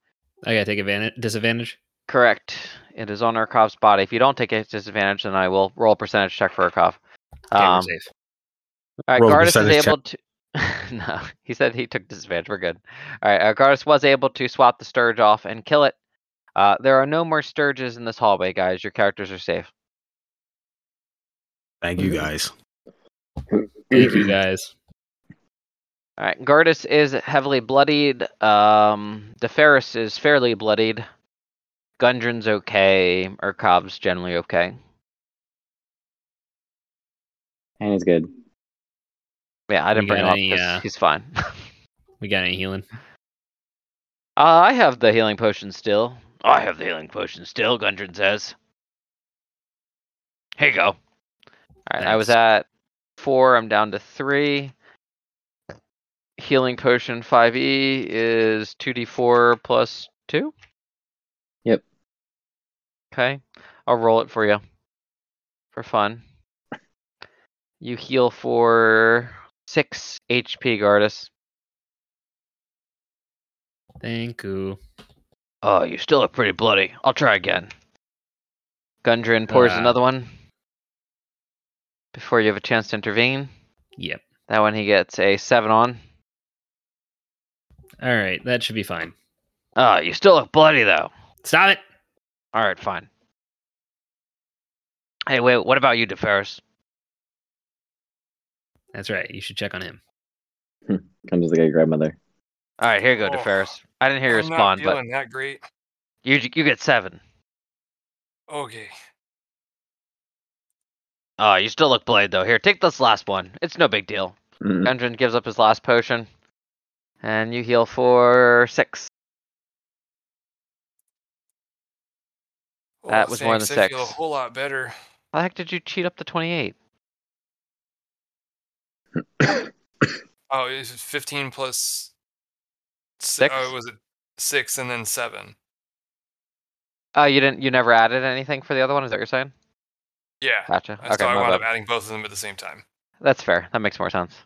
I gotta take advantage disadvantage.
Correct. It is on Urkov's body. If you don't take a disadvantage, then I will roll a percentage check for Urkov.
Okay, we're
Um,
safe.
all right,
Roll a
Gardas is
percentage check.
able to. no, he said he took disadvantage. We're good. All right, uh, Gardas was able to swap the Sturge off and kill it. Uh, there are no more Sturges in this hallway, guys. Your characters are safe.
Thank
Mm-hmm.
you guys.
Thank you guys.
All right, Gardas is heavily bloodied. Um, DeFerris is fairly bloodied. Gundren's okay. Urkov's generally okay.
And it's good.
Yeah, I
You
didn't bring him
got
up
any,
'cause
uh,
he's fine. uh,
We got any healing?
Uh, I have the healing potion still. I have the healing potion still, Gundren says. Here you go. All right, I was
Thanks.
at four. I'm down to three. Healing potion 5e is 2d4 plus 2.
Yep.
Okay. I'll roll it for you for fun. You heal for 6 HP, Gardas.
Thank you.
Oh, you still look pretty bloody. I'll try again. Gundren pours
Uh,
Ah.
another one before you have a chance to intervene.
Yep.
That one he gets a 7 on.
All right, that should be fine.
Oh, you still look bloody, though.
Stop it.
All right, fine. Hey, wait, what about you, DeFerris?
That's right. You should check on him.
I'm just like a grandmother.
All right, here you go,
Oh,
DeFerris. I didn't hear you
I'm not
respond, but
feeling that great.
you you get 7.
Okay.
Oh, you still look blade though. Here, take this last one. It's no big deal.
Mm,
Gendron gives up his last potion, and you heal for six.
Well,
That was more than
thanks, I feel a
six.
whole lot better.
How the heck did you cheat up to twenty-eight?
Oh, it was 15 plus
Six?
Oh, was it six and then seven?
Oh, you didn't. You never added anything for the other one. Is that what you're saying?
Yeah.
Gotcha.
That's
okay,
how I
my
wound
bad.
up adding both of them at the same time.
That's fair. That makes more sense.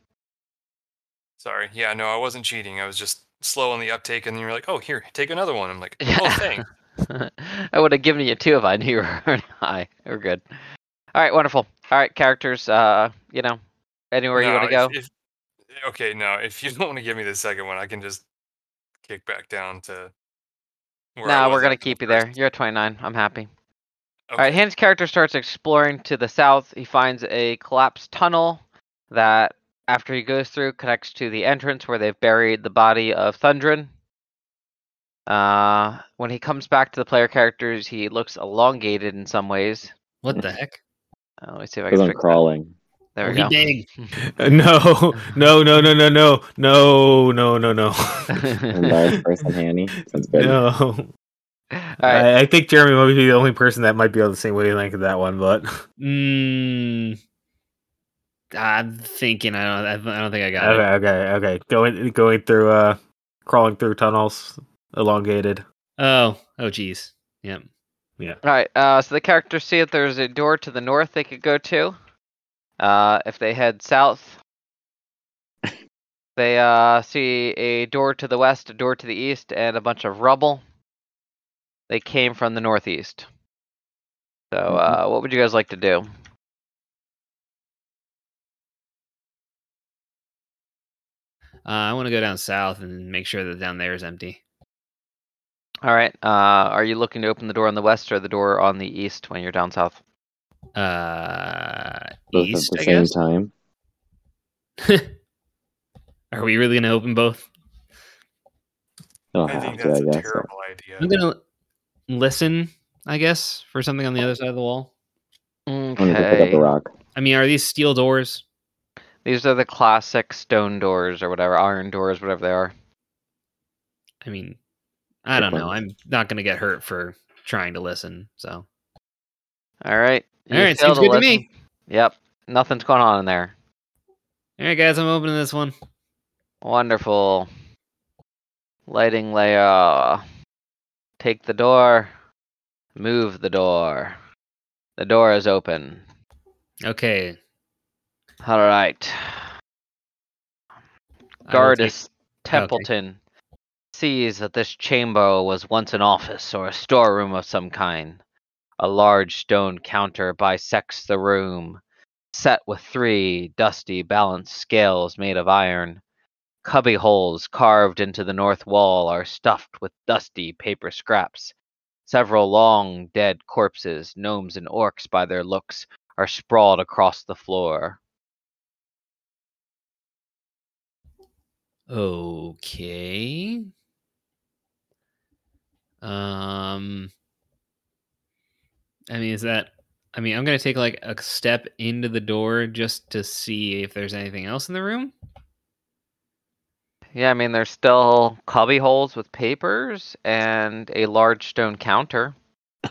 Sorry. Yeah, no, I wasn't cheating. I was just slow on the uptake, and then you're like, oh, here, take another one. I'm like, oh, thanks.
I would have given you two if I knew you were already high. We're good. All right, wonderful. All right, characters. Uh, you know, anywhere you
No,
want to go.
if- if- okay, no, if you don't want to give me the second one, I can just kick back down to.
No,
where I was
we're gonna
at for the
keep you
first-
there. You're at 29. I'm happy. All right,
Okay.
Hans' character starts exploring to the south. He finds a collapsed tunnel that, after he goes through, connects to the entrance where they've buried the body of Thundrin. Uh, when he comes back to the player characters, he looks elongated in some ways.
What the heck?
Uh, let me see if I
Because
can
I'm
fix that.
crawling.
There we
Oh, he
go.
big.
Uh, No, no, no, no, no, no, no, no, no, no.
I'm large person, Hanny. Sounds good.
No,
All right.
I, I think Jeremy might be the only person that might be on the same wavelength of that one. But
Mm, I'm thinking. I don't. I don't think I got it.
okay, okay, okay. Going, going through, uh, crawling through tunnels, elongated.
Oh. Oh, geez.
All right. Uh, so the characters see that there's a door to the north they could go to. Uh, if they head south, they uh, see a door to the west, a door to the east, and a bunch of rubble. They came from the northeast. So,
Mhm.
uh, what would you guys like to do?
Uh, I want to go down south and make sure that down there is empty.
All right. Uh, are you looking to open the door on the west or the door on the east when you're down south?
Uh,
Both
east.
at the
I
same
guess.
time.
Are we really gonna open both?
I'll
I
have
think
to,
that's
Oh, I
a
guess. so.
terrible idea.
I'm gonna listen, I guess, for something on the other side of the wall.
I'm going to go pick up
Okay.
a rock.
I mean, are these steel doors?
These are the classic stone doors or whatever, iron doors, whatever they are.
I mean, I don't know.
ones.
I'm not gonna get hurt for trying to listen. So,
All right. you
all right,
fail
seems
to
good to
listen.
me.
Yep. Nothing's going on in there.
All right, guys, I'm opening this one.
Wonderful. Lighting layer. Take the door. Move the door. The door is open.
Okay.
All right.
I will take-
Gardas Templeton sees that this chamber was once an office or a storeroom of some kind. A large stone counter bisects the room, set with three dusty, balanced scales made of iron. Cubby holes carved into the north wall are stuffed with dusty paper scraps. Several long dead corpses, gnomes and orcs by their looks, are sprawled across the floor.
Okay. Um I mean, is that I mean, I'm going to take like a step into the door just to see if there's anything else in the room.
Yeah, I mean, there's still cubby holes with papers and a large stone counter.
I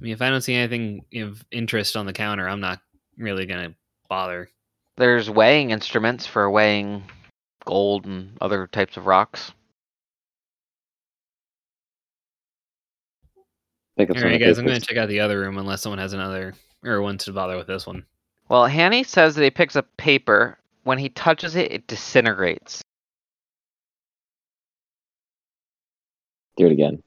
mean, if I don't see anything of interest on the counter, I'm not really going to bother.
There's weighing instruments for weighing gold and other types of rocks.
Pick up
All
some
right,
of the
guys, I'm going
papers.
to check out the other room unless someone has another or wants to bother with this one.
Well, Hanny says that he picks up paper. When he touches it, it disintegrates.
Do it again.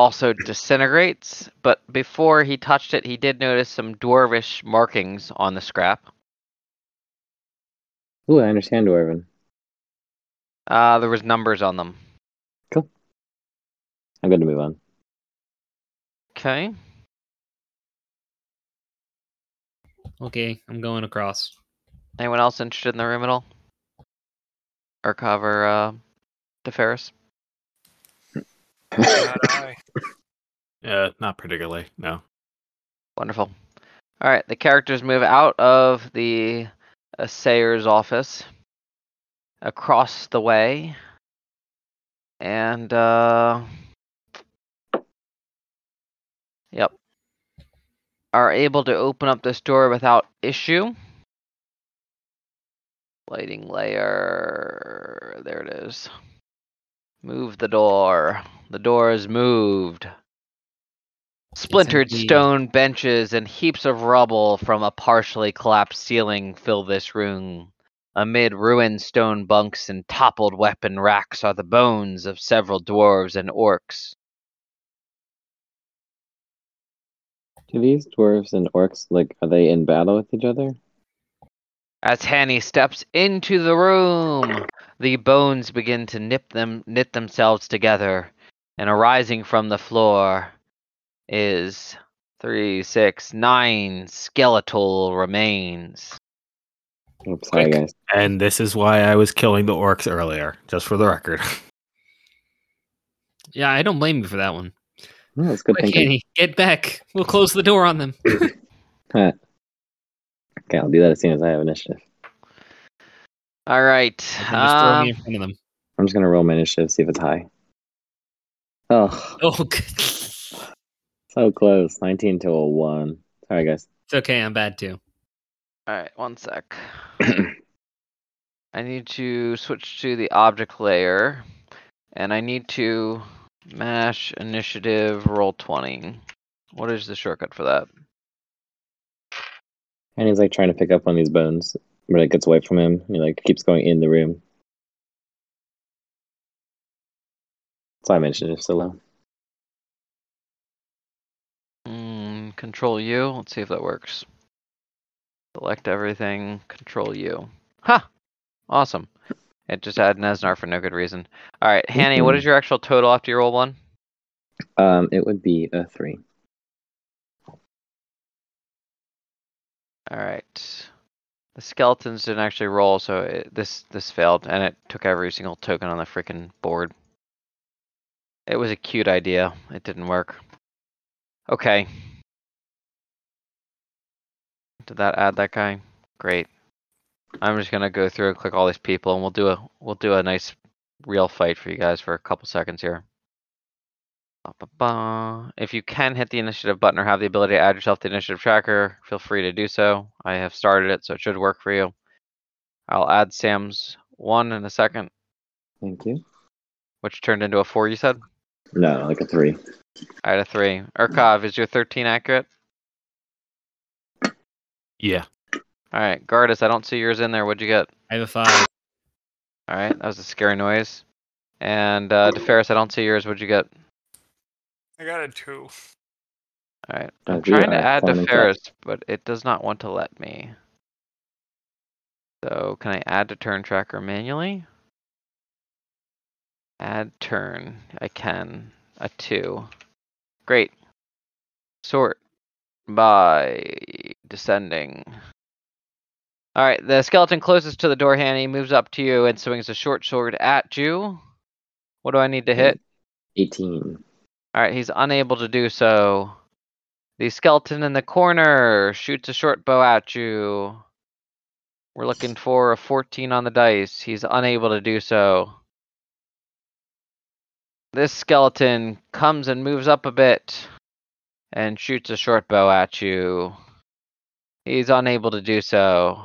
Also disintegrates, but before he touched it, he did notice some dwarvish markings on the scrap.
Ooh, I understand, Dwarven.
Uh, there was numbers on them.
I'm going to move on.
Okay.
Okay, I'm going across.
Anyone else interested in the room at all? Or cover uh, DeFerris?
Not I.
Uh, not particularly. No.
Wonderful. All right, the characters move out of the assayer's office across the way, and uh, yep, are able to open up this door without issue. Lighting layer. There it is. Move the door. The door is moved. Splintered
indeed.
stone benches and heaps of rubble from a partially collapsed ceiling fill this room. Amid ruined stone bunks and toppled weapon racks are the bones of several dwarves and orcs.
Do these dwarves and orcs like are they in battle with each other?
As Hanny steps into the room, the bones begin to nip them, knit themselves together, and arising from the floor is three, six, nine skeletal remains.
I'm Oh, sorry,
Quick.
guys.
And this is why I was killing the orcs earlier, just for the record.
Yeah, I don't blame you for that one.
No, Oh, that's good
Quick,
thinking.
Annie, get back. We'll close the door on them.
Okay, I'll do that as soon as I have initiative.
All right.
And just throw
um,
me in front of them.
I'm just gonna roll my initiative, see if it's high. Oh,
Oh, good. it's
so close. 19 to a one. Sorry, guys.
okay. I'm bad too.
All right, one sec. I need to switch to the object layer, and I need to mash initiative roll 20. What is the shortcut for that?
And he's like trying to pick up on these bones, but it gets away from him. He like keeps going in the room. So I mentioned it's so low.
Mm, control U. Let's see if that works. Select everything. Control U. Ha! Awesome. It just added Nesnar for no good reason. All right, Hanny, what is your actual total after you roll one?
Um, it would be a three.
All right. The skeletons didn't actually roll, so it, this this failed, and it took every single token on the freaking board. It was a cute idea. It didn't work. Okay. Did that add that guy? Great. I'm just gonna go through and click all these people, and we'll do a we'll do a nice real fight for you guys for a couple seconds here. Ba-ba-ba. If you can hit the initiative button or have the ability to add yourself to the initiative tracker, feel free to do so. I have started it, so it should work for you. I'll add Sam's one in a second,
Thank you.
which turned into a four, you said?
No, like a three.
I had a three. Urkov, is your 13 accurate?
yeah.
All right, Gardas, I don't see yours in there. What'd you get?
I have a five.
All right, that was a scary noise. And uh, DeFerris, I don't see yours. What'd you get?
I got a two.
All right,
Uh,
I'm
zero,
trying to
uh,
add
common
DeFerris, but it does not want to let me. So can I add to turn tracker manually? Add turn. I can. A two. Great. Sort by descending. All right, the skeleton closest to the door, Hanny, moves up to you and swings a short sword at you. What do I need to hit?
18.
All right, he's unable to do so. The skeleton in the corner shoots a short bow at you. We're looking for a 14 on the dice. He's unable to do so. This skeleton comes and moves up a bit and shoots a short bow at you. He's unable to do so.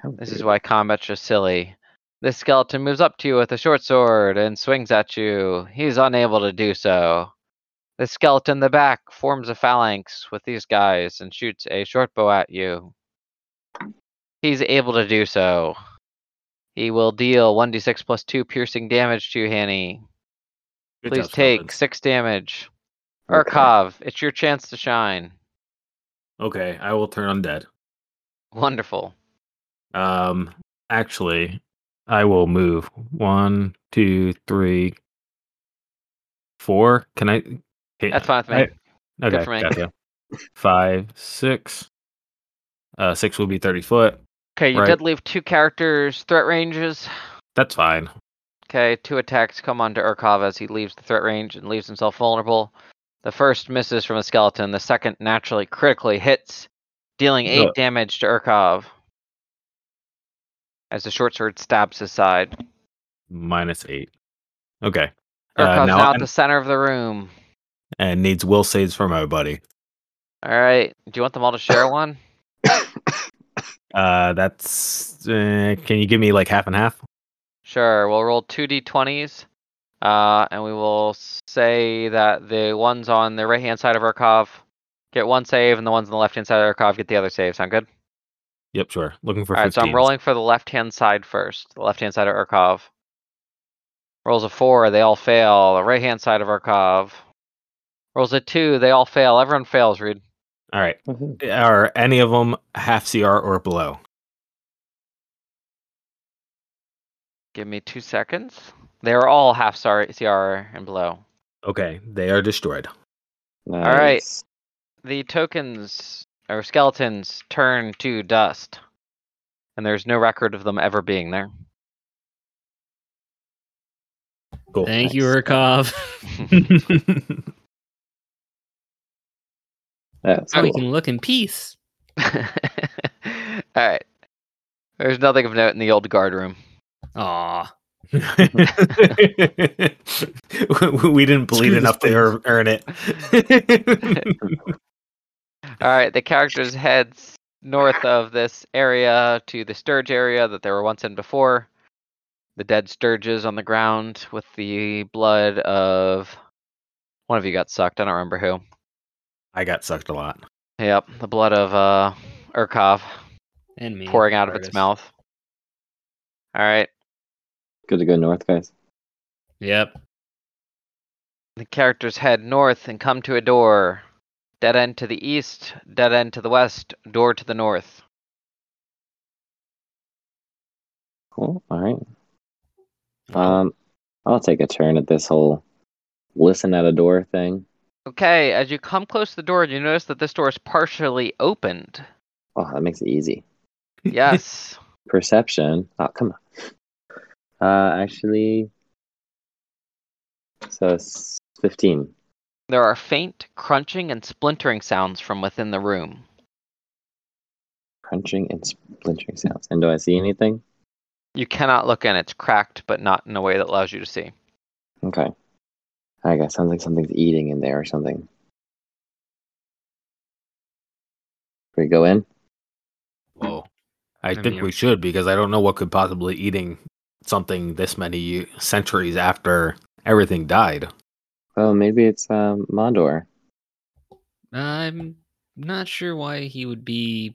How
This
rude.
is why combat's just silly. This skeleton moves up to you with a short sword and swings at you. He's unable to do so. The skeleton in the back forms a phalanx with these guys and shoots a short bow at you. He's able to do so. He will deal 1d6 plus 2 piercing damage to you, Hanny.
Good
Please
job,
take
Skeletons.
6 damage.
Okay.
Urkov, it's your chance to shine.
Okay, I will turn undead.
Wonderful.
Um, actually, I will move one, two, three, four. Can I? Hey,
That's fine with me.
I- okay,
for me.
gotcha. Five, six. Uh, six will be thirty foot.
Okay, you
right.
did leave two characters threat ranges.
That's fine.
Okay, two attacks come on to Urkov as he leaves the threat range and leaves himself vulnerable. The first misses from a skeleton. The second naturally critically hits, dealing eight
No.
damage to Urkov. As the short sword stabs his side,
minus eight. Okay. Uh,
Urkov's
now
now
I'm-
at the center of the room.
And needs will saves from my buddy.
All right. Do you want them all to share one?
Uh, that's. Uh, can you give me like half and half?
Sure. We'll roll two d20s, uh, and we will say that the ones on the right hand side of Urkov get one save, and the ones on the left hand side of Urkov get the other save. Sound good?
Yep, sure. Looking for
All right, so
15.
I'm rolling for the left hand side first. The left hand side of Urkov. Rolls a four, they all fail. The right hand side of Urkov. Rolls a two, they all fail. Everyone fails, Reed.
All right.
Woohoo.
Are any of them half CR or below?
Give me two seconds. They are all half star CR and below.
Okay. They are destroyed.
right.
Nice.
The tokens or skeletons turn to dust. And there's no record of them ever being there.
Cool.
Thank you, Urkov.
That's
now we
cool.
can look in peace.
all right. There's nothing of note in the old guard room.
Aw.
We- we didn't bleed
this
enough to
place.
ear- earn it.
All right, the characters head s- north of this area to the Sturge area that they were once in before. The dead Sturges on the ground with the blood of one of you got sucked. I don't remember who.
I got sucked a lot.
Yep, the blood of uh, Urkov
And me.
pouring out of its
artist.
mouth. All right,
Good to go north, guys.
Yep.
the characters head north and come to a door. Dead end to the east, dead end to the west, door to the north.
Cool. All right. Um, I'll take a turn at this whole listen at a door thing.
Okay, as you come close to the door, you notice that this door is partially opened.
Oh, that makes it easy.
Yes.
Perception. Oh, come on. Uh, actually, so it's fifteen.
there are faint crunching and splintering sounds from within the room.
Crunching and splintering sounds. And do I see anything?
You cannot look in, it's cracked, but not in a way that allows you to see.
Okay. I guess sounds like something's eating in there or something. We go in.
Whoa. I,
I
think
mean-
we should because I don't know what could possibly eating something this many ye- centuries after everything died.
Oh, maybe it's um, Mondor.
I'm not sure why he would be,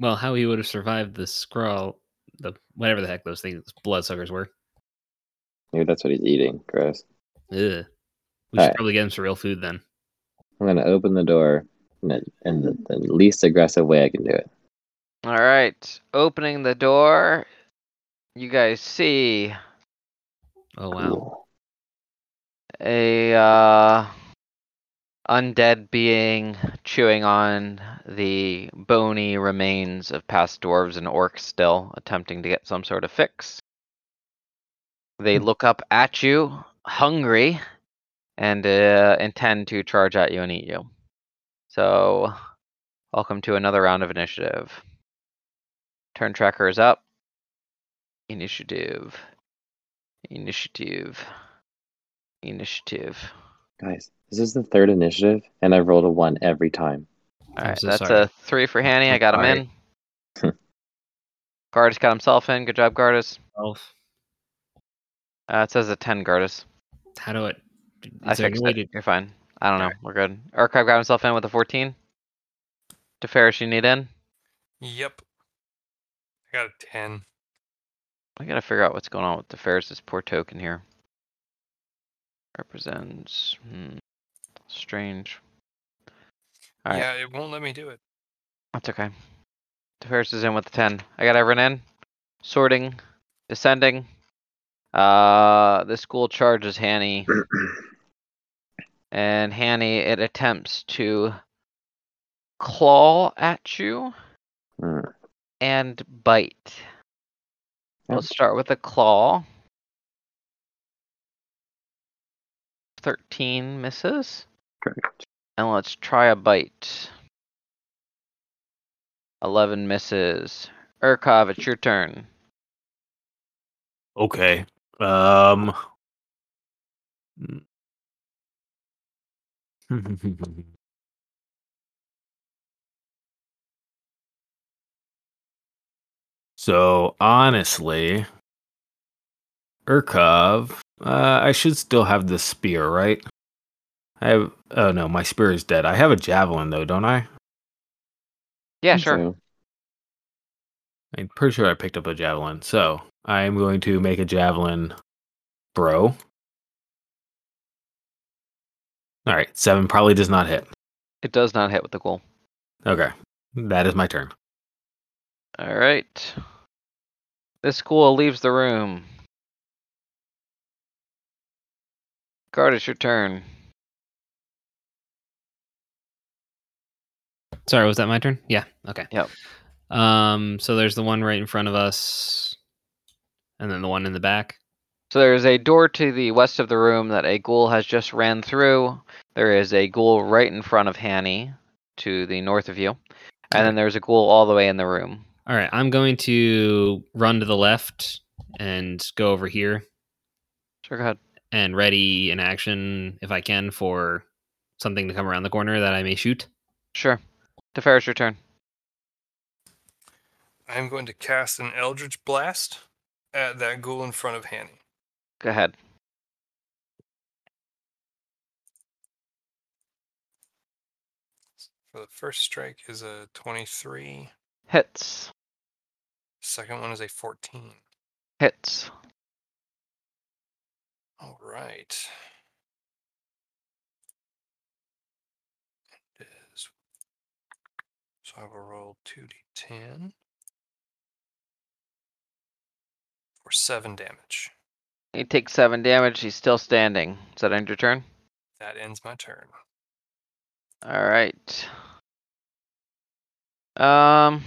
well, how he would have survived the scrawl, the whatever the heck those things, bloodsuckers were.
Maybe that's what he's eating. Gross.
Ugh. We should
Alright.
probably get him some real food then.
I'm gonna open the door in, the in the, the least aggressive way I can do it.
All right, opening the door, you guys see
Oh wow.
Cool.
a uh, undead being chewing on the bony remains of past dwarves and orcs still attempting to get some sort of fix they look up at you hungry and uh, intend to charge at you and eat you so welcome to another round of initiative turn tracker is up initiative initiative initiative.
Guys, this is the third initiative, and I've rolled a one every time.
All
I'm
right,
so
that's
sorry.
a three for Hanny. I got him
sorry.
in. Gardas got himself in. Good job, Gardas.
Elf.
Uh, it says a ten, Gardas.
How do it? Is
I
there any
fixed
way
it.
to-
You're fine. I don't know.
All
We're good. Archive got himself in with a fourteen. DeFerris, you need in.
Yep. I got a 10.
I gotta figure out what's going on with DeFerris's poor token here. Represents hmm, strange. All right,
yeah, it won't let me do it.
that's okay. DeFerris is in with the ten. I got everyone in. Sorting, descending. Uh, the school charges Hanny. and Hanny, it attempts to claw at you
Mm.
and bite. Let's start with a claw. 13 misses.
Correct.
And let's try a bite. 11 misses. Urkov, it's your turn.
Okay. Um. hmm. so honestly, Urkov, uh, I should still have the spear, right? I have. Oh no, my spear is dead. I have a javelin though, don't I?
Yeah, sure.
So,
I'm pretty sure I picked up a javelin. So I am going to make a javelin, bro. All right, seven probably does not hit.
It does not hit with the goal.
Okay, that is my turn.
All right. This ghoul leaves the room. Guard, it's your turn.
Sorry, was that my turn? Yeah. Okay.
Yep.
Um. So there's the one right in front of us, and then the one in the back.
So there is a door to the west of the room that a ghoul has just ran through. There is a ghoul right in front of Hanny to the north of you. And then there's a ghoul all the way in the room.
All right. I'm going to run to the left and go over here
Sure, go ahead.
and ready an action if I can for something to come around the corner that I may shoot.
Sure. Teferis, your turn.
I'm going to cast an Eldritch Blast at that ghoul in front of Hanny.
Go ahead.
So the first strike is a 23,
Hits.
second one is a 14.
Hits.
All right. It is. So I will roll 2d10 for 7 damage.
He takes seven damage. He's still standing. Is that end your turn?
That ends my turn.
All right. Um,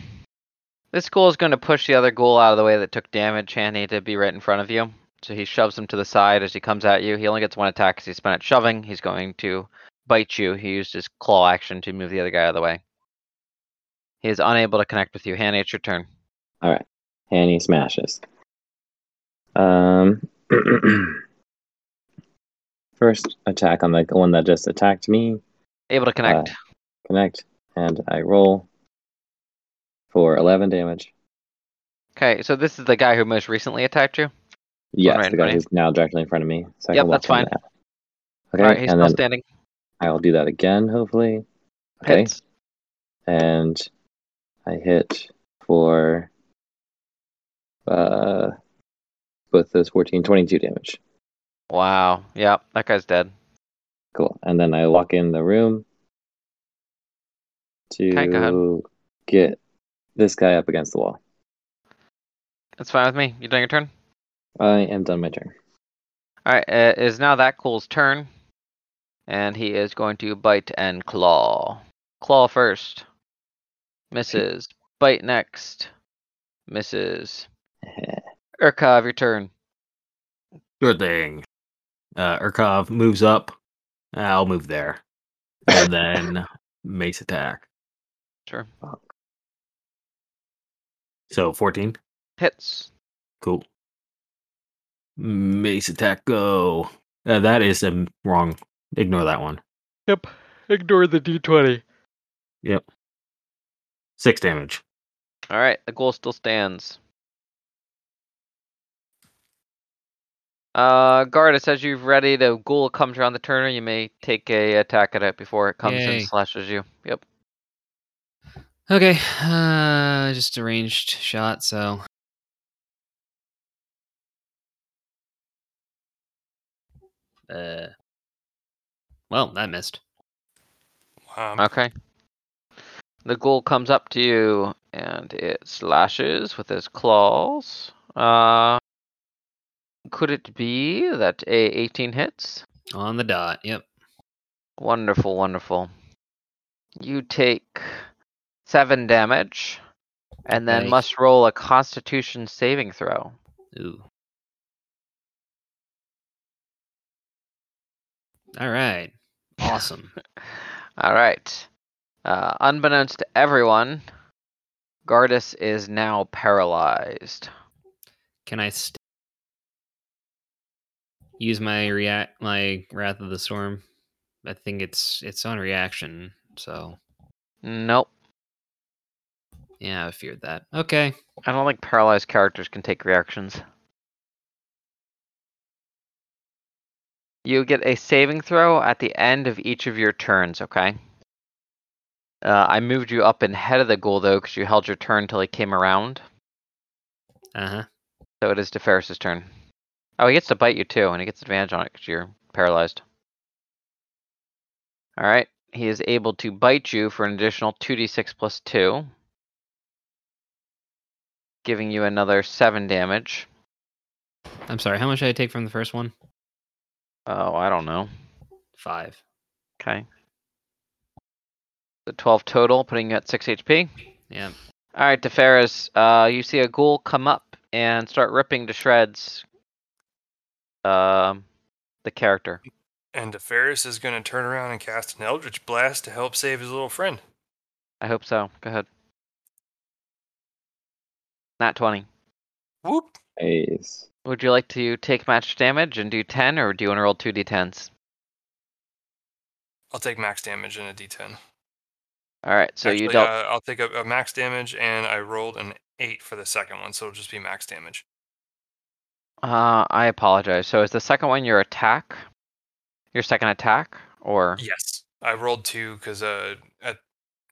this ghoul is going to push the other ghoul out of the way that took damage, and he to be right in front of you. So he shoves him to the side as he comes at you. He only gets one attack because he spent it shoving. He's going to bite you. He used his claw action to move the other guy out of the way. He is unable to connect with you. Hanny, it's your turn.
all right. Hanny smashes. Um. first attack on the one that just attacked me.
Able
Uh,
to connect.
Connect, and I roll for eleven damage.
Okay, so this is the guy who most recently attacked you.
Yes,
right in
the guy
front of you.
who's now directly in front of me. So I
Yep,
can
that's
walk in
fine.
there. Okay,
All right, he's
and
still
then
standing.
I'll do that again, hopefully. Okay,
Hits.
and I hit for uh both those 14, 22 damage.
Wow. Yep, that guy's dead.
Cool. And then I walk in the room
Okay, go ahead.
to get this guy up against the wall.
That's fine with me. You done your turn?
I am done my turn.
All right, uh, it is now that cool's turn, and he is going to bite and claw. Claw first, misses. Bite next, misses. Urkov, your turn.
Good thing. Uh, Urkov moves up. I'll move there, and then mace attack.
Sure,
So fourteen.
hits.
Cool. Mace attack go. Uh, that is um, wrong. Ignore that one.
Yep. Ignore the d20.
Six damage.
All right, the goal still stands. Uh, guard, it says you've ready. The ghoul comes around the turner. You may take a attack at it before it comes
Yay.
and slashes you. Yep.
Okay. Uh, just a ranged shot. So. Uh. Well, that missed.
Um,
Okay. The ghoul comes up to you and it slashes with its claws. Uh, could it be that a 18 hits?
On the dot. Yep.
Wonderful, wonderful. You take seven damage and then
Yikes.
must roll a constitution saving throw.
Ooh. All right. Awesome.
All right. Uh, unbeknownst to everyone, Gardas is now paralyzed.
Can I st- use my react my Wrath of the Storm? I think it's it's on reaction, so
Nope.
yeah, I feared that. Okay.
I don't think paralyzed characters can take reactions. You get a saving throw at the end of each of your turns, okay? Uh, I moved you up in head of the ghoul, though, because you held your turn till he came around.
Uh huh.
So it is DeFerris's turn. Oh, he gets to bite you, too, and he gets advantage on it because you're paralyzed. All right. He is able to bite you for an additional 2d6 plus 2, giving you another 7 damage.
I'm sorry. How much did I take from the first one?
Oh, I don't know.
Five.
Okay. The 12 total, putting you at 6 HP.
Yeah.
All right, DeFerris, uh, you see a ghoul come up and start ripping to shreds um, the character.
And DeFerris is going to turn around and cast an Eldritch Blast to help save his little friend.
I hope so. Go ahead. Not 20.
Whoop!
Nice.
Would you like to take match damage and do 10, or do you want to roll 2d10s?
I'll take max damage and a d10.
All right, so you
Actually,
dealt
uh, I'll take a, a max damage, and I rolled an 8 for the second one, so it'll just be max damage.
Uh, I apologize. So is the second one your attack? Your second attack, or
Yes. I rolled 2 because uh, at,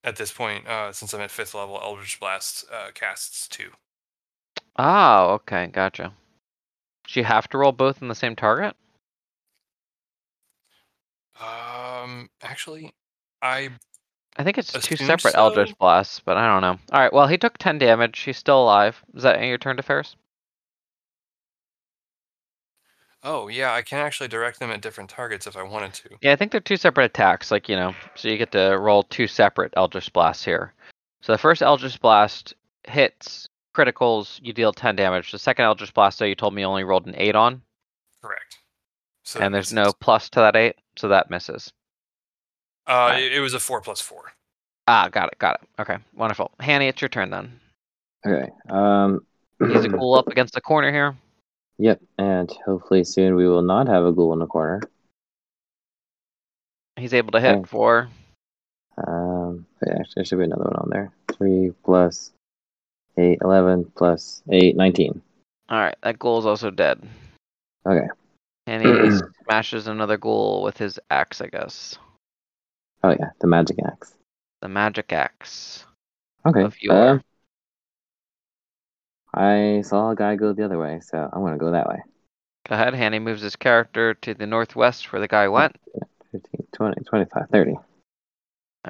at this point, uh, since I'm at 5th level, Eldritch Blast uh, casts 2.
oh, okay, gotcha. So you have to roll both in the same target.
Um, actually, I
I think it's two
Assume
separate Eldritch
so.
blasts, but I don't know. All right, well he took ten damage. He's still alive. Is that your turn to Ferris?
oh yeah, I can actually direct them at different targets if I wanted to.
Yeah, I think they're two separate attacks. Like you know, so you get to roll two separate Eldritch blasts here. So the first Eldritch blast hits criticals. You deal ten damage. The second Eldritch blast, though, you told me you only rolled an eight on.
Correct. So
and
that
there's no
makes sense.
plus to that eight, so that misses.
Uh,
Right.
it, it was a four plus four.
Ah, got it, got it. Okay, wonderful. Hanny, it's your turn then.
Okay. Um.
He's a ghoul up against the corner here.
Yep, and hopefully soon we will not have a ghoul in the corner.
He's able to hit
Okay.
for.
Um, wait, actually, there should be another one on there. 3 plus 8, 11 plus 8, 19.
All right, that ghoul is also dead.
Okay.
And he smashes another ghoul with his axe, I guess.
Oh, yeah, the magic axe.
The magic axe.
Okay.
Of yore.
um, I saw a guy go the other way, so I'm going to go that way.
Go ahead. Hanny moves his character to the northwest where the guy went.
15, 20, 25, 30.
All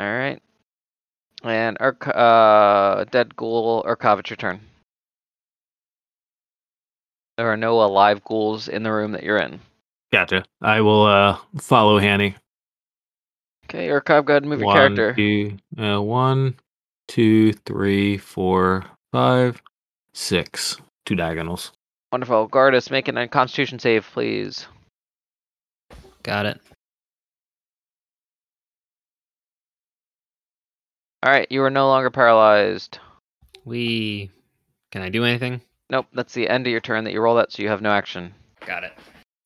right. And Urk, uh, dead ghoul Urkov, it's your turn. There are no alive ghouls in the room that you're in.
Gotcha. I will uh follow Hanny.
Okay, Urkov, go ahead and move your character.
Two, uh, one, two, three, four, five, six. Two diagonals.
Wonderful. Gardas, make an constitution save, please.
Got it.
All right, you are no longer paralyzed.
We. Can I do anything?
Nope, that's the end of your turn that you roll that, so you have no action.
Got it.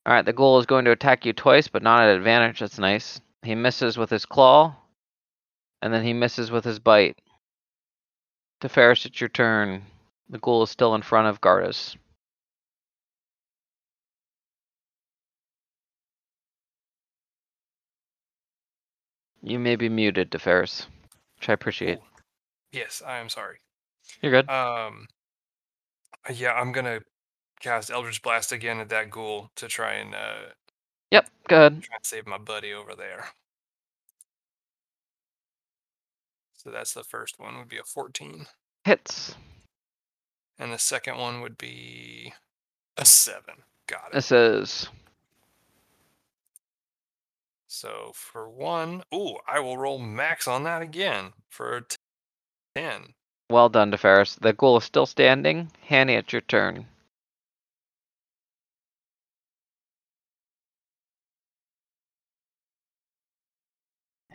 All right, the ghoul is going to attack you twice, but not at advantage. That's nice. He misses with his claw, and then he misses with his bite. Teferis, it's your turn. The ghoul is still in front of Gardas. You may be muted, Teferis, which I appreciate.
Yes, I am sorry.
You're good.
Um, yeah, I'm gonna cast Eldritch Blast again at that ghoul to try and uh,
Yep, good.
try and save my buddy over there. So that's the first one would be a 14,
Hits.
and the second one would be a seven. Got it.
This is
So for one, ooh, I will roll max on that again for a t- ten.
well done, DeFerris. The ghoul is still standing. Hanny, it's your turn.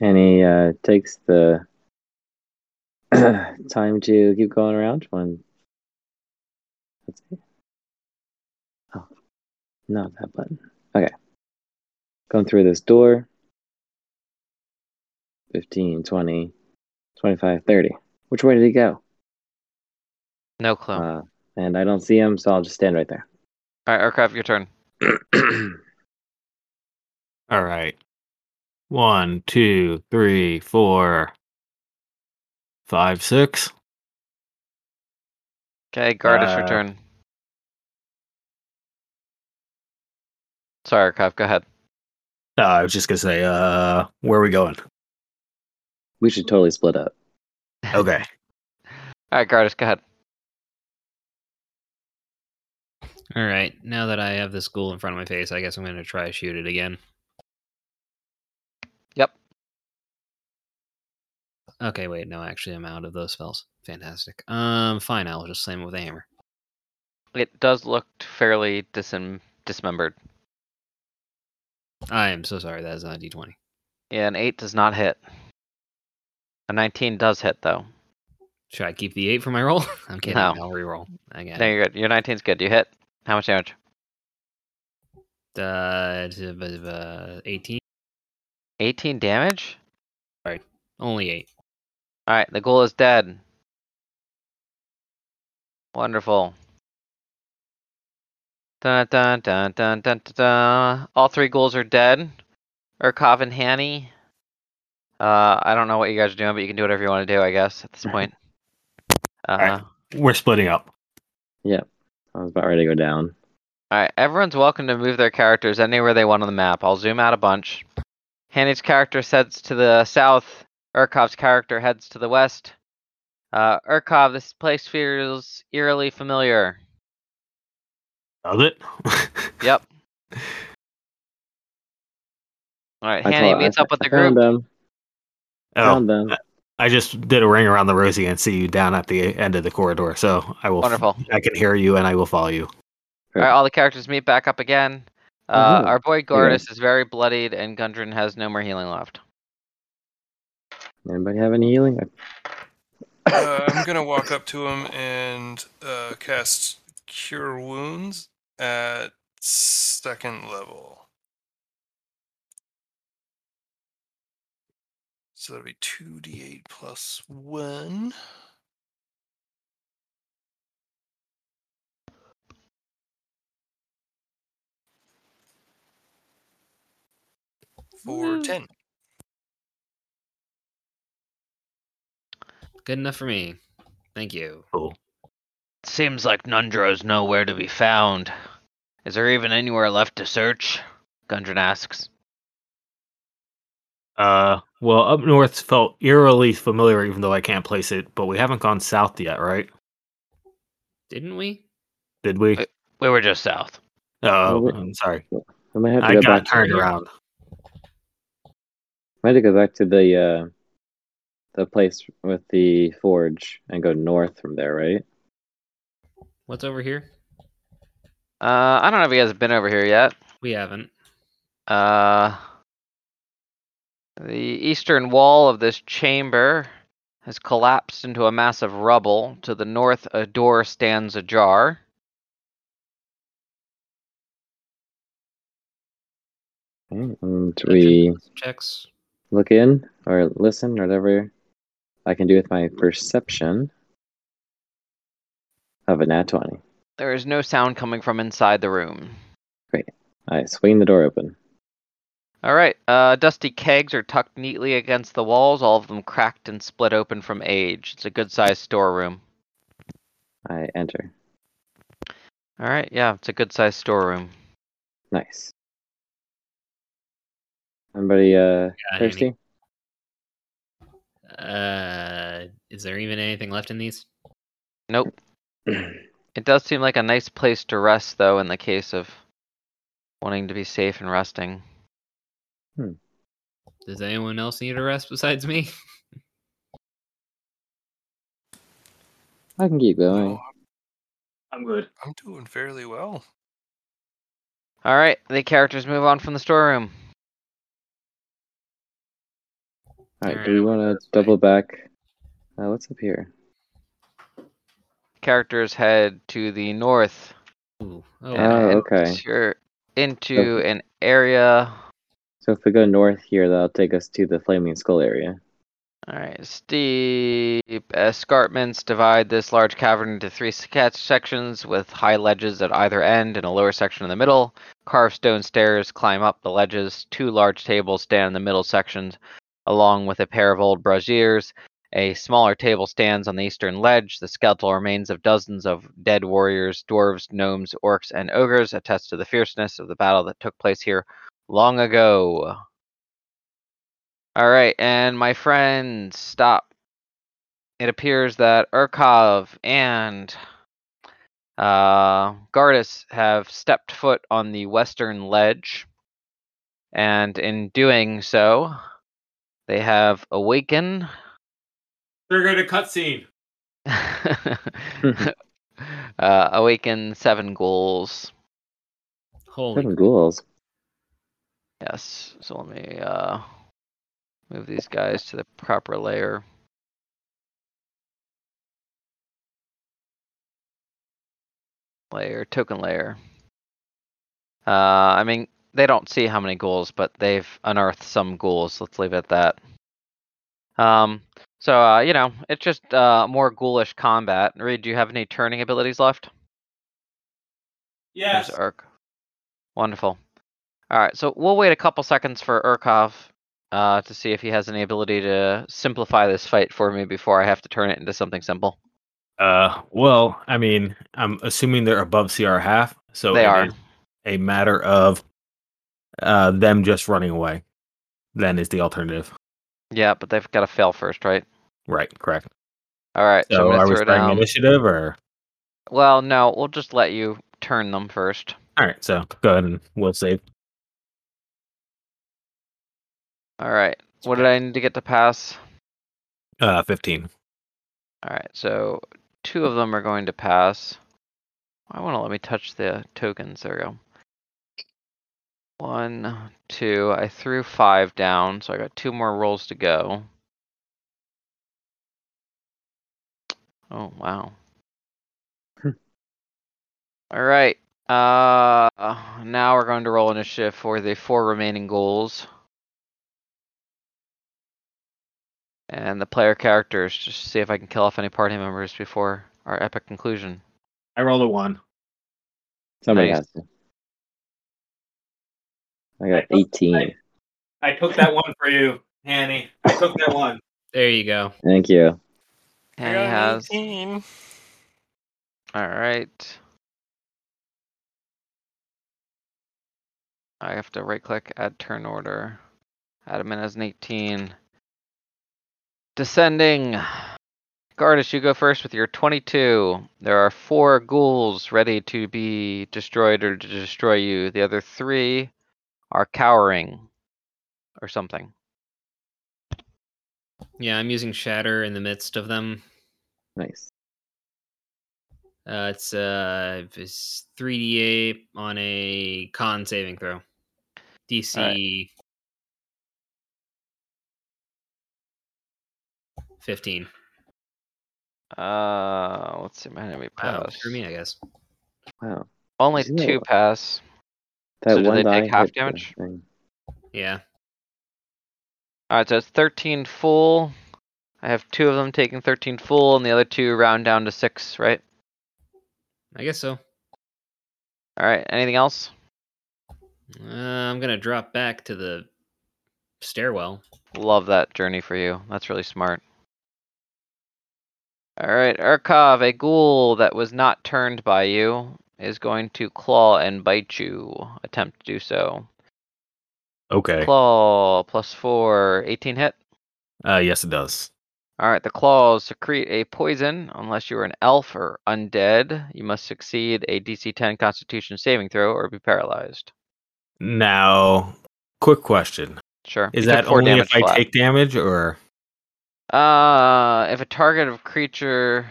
And he uh, takes the time to keep going around when. Let's see. Oh, not that button. Okay. Going through this door 15, 20, 25, 30. Which way did he go?
No clue.
Uh, and I don't see him, so I'll just stand right there.
All right, aircraft, your turn.
All right. One, two, three, four, five, six.
Okay, Gardas, your
Uh,
turn. Sorry, aircraft. Go ahead.
No, I was just gonna say, uh, where are we going?
we should totally split up.
Okay.
All right, Gardas, go ahead.
All right, now that I have this ghoul in front of my face, I guess I'm going to try shoot it again.
Yep.
Okay, wait, no, actually, I'm out of those spells. Fantastic. Um, fine, I'll just slam it with a hammer.
It does look fairly disem- dismembered.
I am so sorry. That is not a d20.
Yeah, an eight does not hit. A nineteen does hit though.
Should I keep the eight for my roll? I'm kidding.
No.
I'll reroll. I got
No, you're good. Your 19's good. You hit. How much damage?
it. Uh, d- b- b- uh, 18.
Eighteen damage.
Only eight.
All right, the ghoul is dead. Wonderful. Dun, dun, dun, dun, dun, dun, dun. All three ghouls are dead. Urkov and Hanny. Uh, I don't know what you guys are doing, but you can do whatever you want to do, I guess, at this point. Uh,
right. We're splitting up.
I was about ready to go down.
Alright, everyone's welcome to move their characters anywhere they want on the map. I'll zoom out a bunch. Hanny's character heads to the south. Urkov's character heads to the west. Uh, Urkov, this place feels eerily familiar.
Does it?
Yep. Alright,
I
Hanny
told- I
meets
fo-
up with the
I found
group.
them.
oh,
Found them.
I just did a ring around the rosy and see you down at the end of the corridor. So I will.
Wonderful.
I can hear you and I will follow you.
Alright, all the characters meet back up again. Uh,
Mhm.
Our boy
guys.
Gordis is very bloodied, and Gundren has no more healing left.
Anybody have any healing?
Uh, I'm gonna walk up to him and uh, cast Cure Wounds at second level. So that'll be two d8 plus one. For
Woo.
ten.
Good enough for me. Thank you.
Cool.
Seems like Nundro's nowhere to be found. Is there even anywhere left to search? Gundren asks.
Uh, well, up north felt eerily familiar, even though I can't place it. But we haven't gone south yet, right?
Didn't we?
Did we?
Uh, We were just south.
Oh,
we-
I'm sorry.
I might have to
I
go
got
back.
turned
to,
around.
I might have to go back to the uh, the place with the forge and go north from there, right?
What's over here?
Uh, I don't know if you guys have been over here yet.
We haven't.
Uh, the eastern wall of this chamber has collapsed into a mass of rubble. To the north, a door stands ajar.
Right, And
Gotcha.
we
Checks.
look in or listen or whatever I can do with my perception of a nat 20.
There is no sound coming from inside the room.
I swing the door open.
All right. Uh, dusty kegs are tucked neatly against the walls, all of them cracked and split open from age. It's a good-sized storeroom.
I enter.
All right. Yeah, it's a good-sized storeroom.
Nice. Anybody uh,
Yeah, Annie.
thirsty?
Uh, is there even anything left in these?
Nope. it does seem like a nice place to rest, though, in the case of wanting to be safe and resting.
Does anyone else need a rest besides me?
I can keep going.
Oh,
I'm good.
I'm doing fairly well.
All right, the characters move on from the storeroom.
All right,
Alright,
do we
I'll
want
go
to
this way.
double back? Uh, what's up here?
Characters head to the north.
Ooh. Oh,
and
Oh,
enter
okay.
into an area.
So if we go north here, that'll take us to the Flaming Skull area.
All right, steep escarpments divide this large cavern into three sca- sections with high ledges at either end and a lower section in the middle. Carved stone stairs climb up the ledges. Two large tables stand in the middle sections, along with a pair of old braziers. A smaller table stands on the eastern ledge. The skeletal remains of dozens of dead warriors, dwarves, gnomes, orcs, and ogres attest to the fierceness of the battle that took place here long ago. All right, and my friends, stop. It appears that Urkov and uh, Gardas have stepped foot on the western ledge, and in doing so, they have awakened.
Trigger to cutscene.
uh, awakened seven ghouls.
holy.
Seven ghouls.
Yes. So let me uh, move these guys to the proper layer. Layer, token layer. Uh, I mean, they don't see how many ghouls, but they've unearthed some ghouls. Let's leave it at that. Um, so, uh, you know, it's just uh, more ghoulish combat. Reed, do you have any turning abilities left? There's Urk. Wonderful. All right, so we'll wait a couple seconds for Urkov uh, to see if he has any ability to simplify this fight for me before I have to turn it into something simple.
Uh, well, I mean, I'm assuming they're above CR half, so
they
it
are.
is a matter of uh them just running away. Then is the alternative,
Yeah, but they've got to fail first, right?
right? Correct.
All right, so,
So
I'm going
are we
to throw
starting
down.
initiative or?
Well, no, we'll just let you turn them first.
All right, so go ahead and we'll save.
All right, what did I need to get to pass?
Uh, fifteen.
All right, so two of them are going to pass. I want to let me touch the tokens. There we go. One, two. I threw five down, so I got two more rolls to go. Oh wow!
Hmm.
All right. Uh, now we're going to roll initiative for the four remaining goals. And the player characters, just to see if I can kill off any party members before our epic conclusion.
I rolled a one.
Somebody
Nice.
has to. I got 18.
I took that one for you, Hanny. I took that one.
There you go.
Thank you.
I
And
got
he
an
has.
18.
All right. I have to right click, add turn order. Adamant has an 18. Descending. Gardas, you go first with your 22. There are four ghouls ready to be destroyed or to destroy you. The other three are cowering or something.
Yeah, I'm using Shatter in the midst of them.
Nice.
Uh, it's uh, it's 3d8 on a con saving throw. DC
Alright.
15.
Uh, let's see. My enemy
Wow,
pass.
for me, I guess.
Wow.
Only
Isn't it-
two pass.
That
So do
one
they
die
take half
hit the
damage?
thing.
Yeah.
All right, so it's 13 full. I have two of them taking 13 full, and the other two round down to six, right?
I guess so.
All right. Anything else?
Uh, I'm gonna drop back to the stairwell.
Love that journey for you. That's really smart. All right, Urkov, a ghoul that was not turned by you is going to claw and bite you. Attempt to do so.
Okay.
Claw plus four, 18 hit.
Uh, yes, it does.
All right, the claws secrete a poison unless you are an elf or undead. You must succeed a DC 10 Constitution saving throw or be paralyzed.
Now, quick question:
Sure.
Is
You took
that
four
only
damage
if I
flat.
take damage, or
Uh, if a target of creature,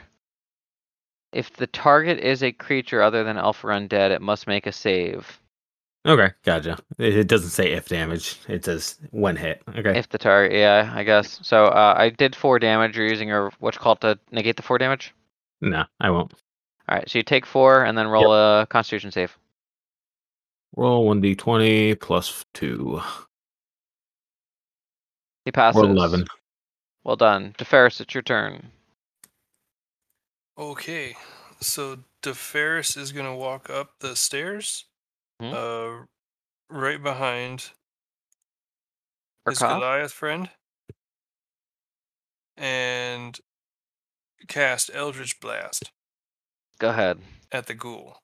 if the target is a creature other than elf or undead, it must make a save.
Okay, gotcha. It, it doesn't say if damage. It says when hit. Okay.
If the target, yeah, I guess. So uh, I did four damage. You're using your what's called to negate the four damage.
no, I won't.
All right, so you take four and then roll a Constitution save.
Roll one d twenty plus two
He passes.
or eleven. Uh,
Well done, Deferris. It's your turn.
Okay, so DeFerris is gonna walk up the stairs,
Mhm.
uh, right behind his
Urkov?
Goliath friend, and cast Eldritch Blast
Go ahead.
at the ghoul.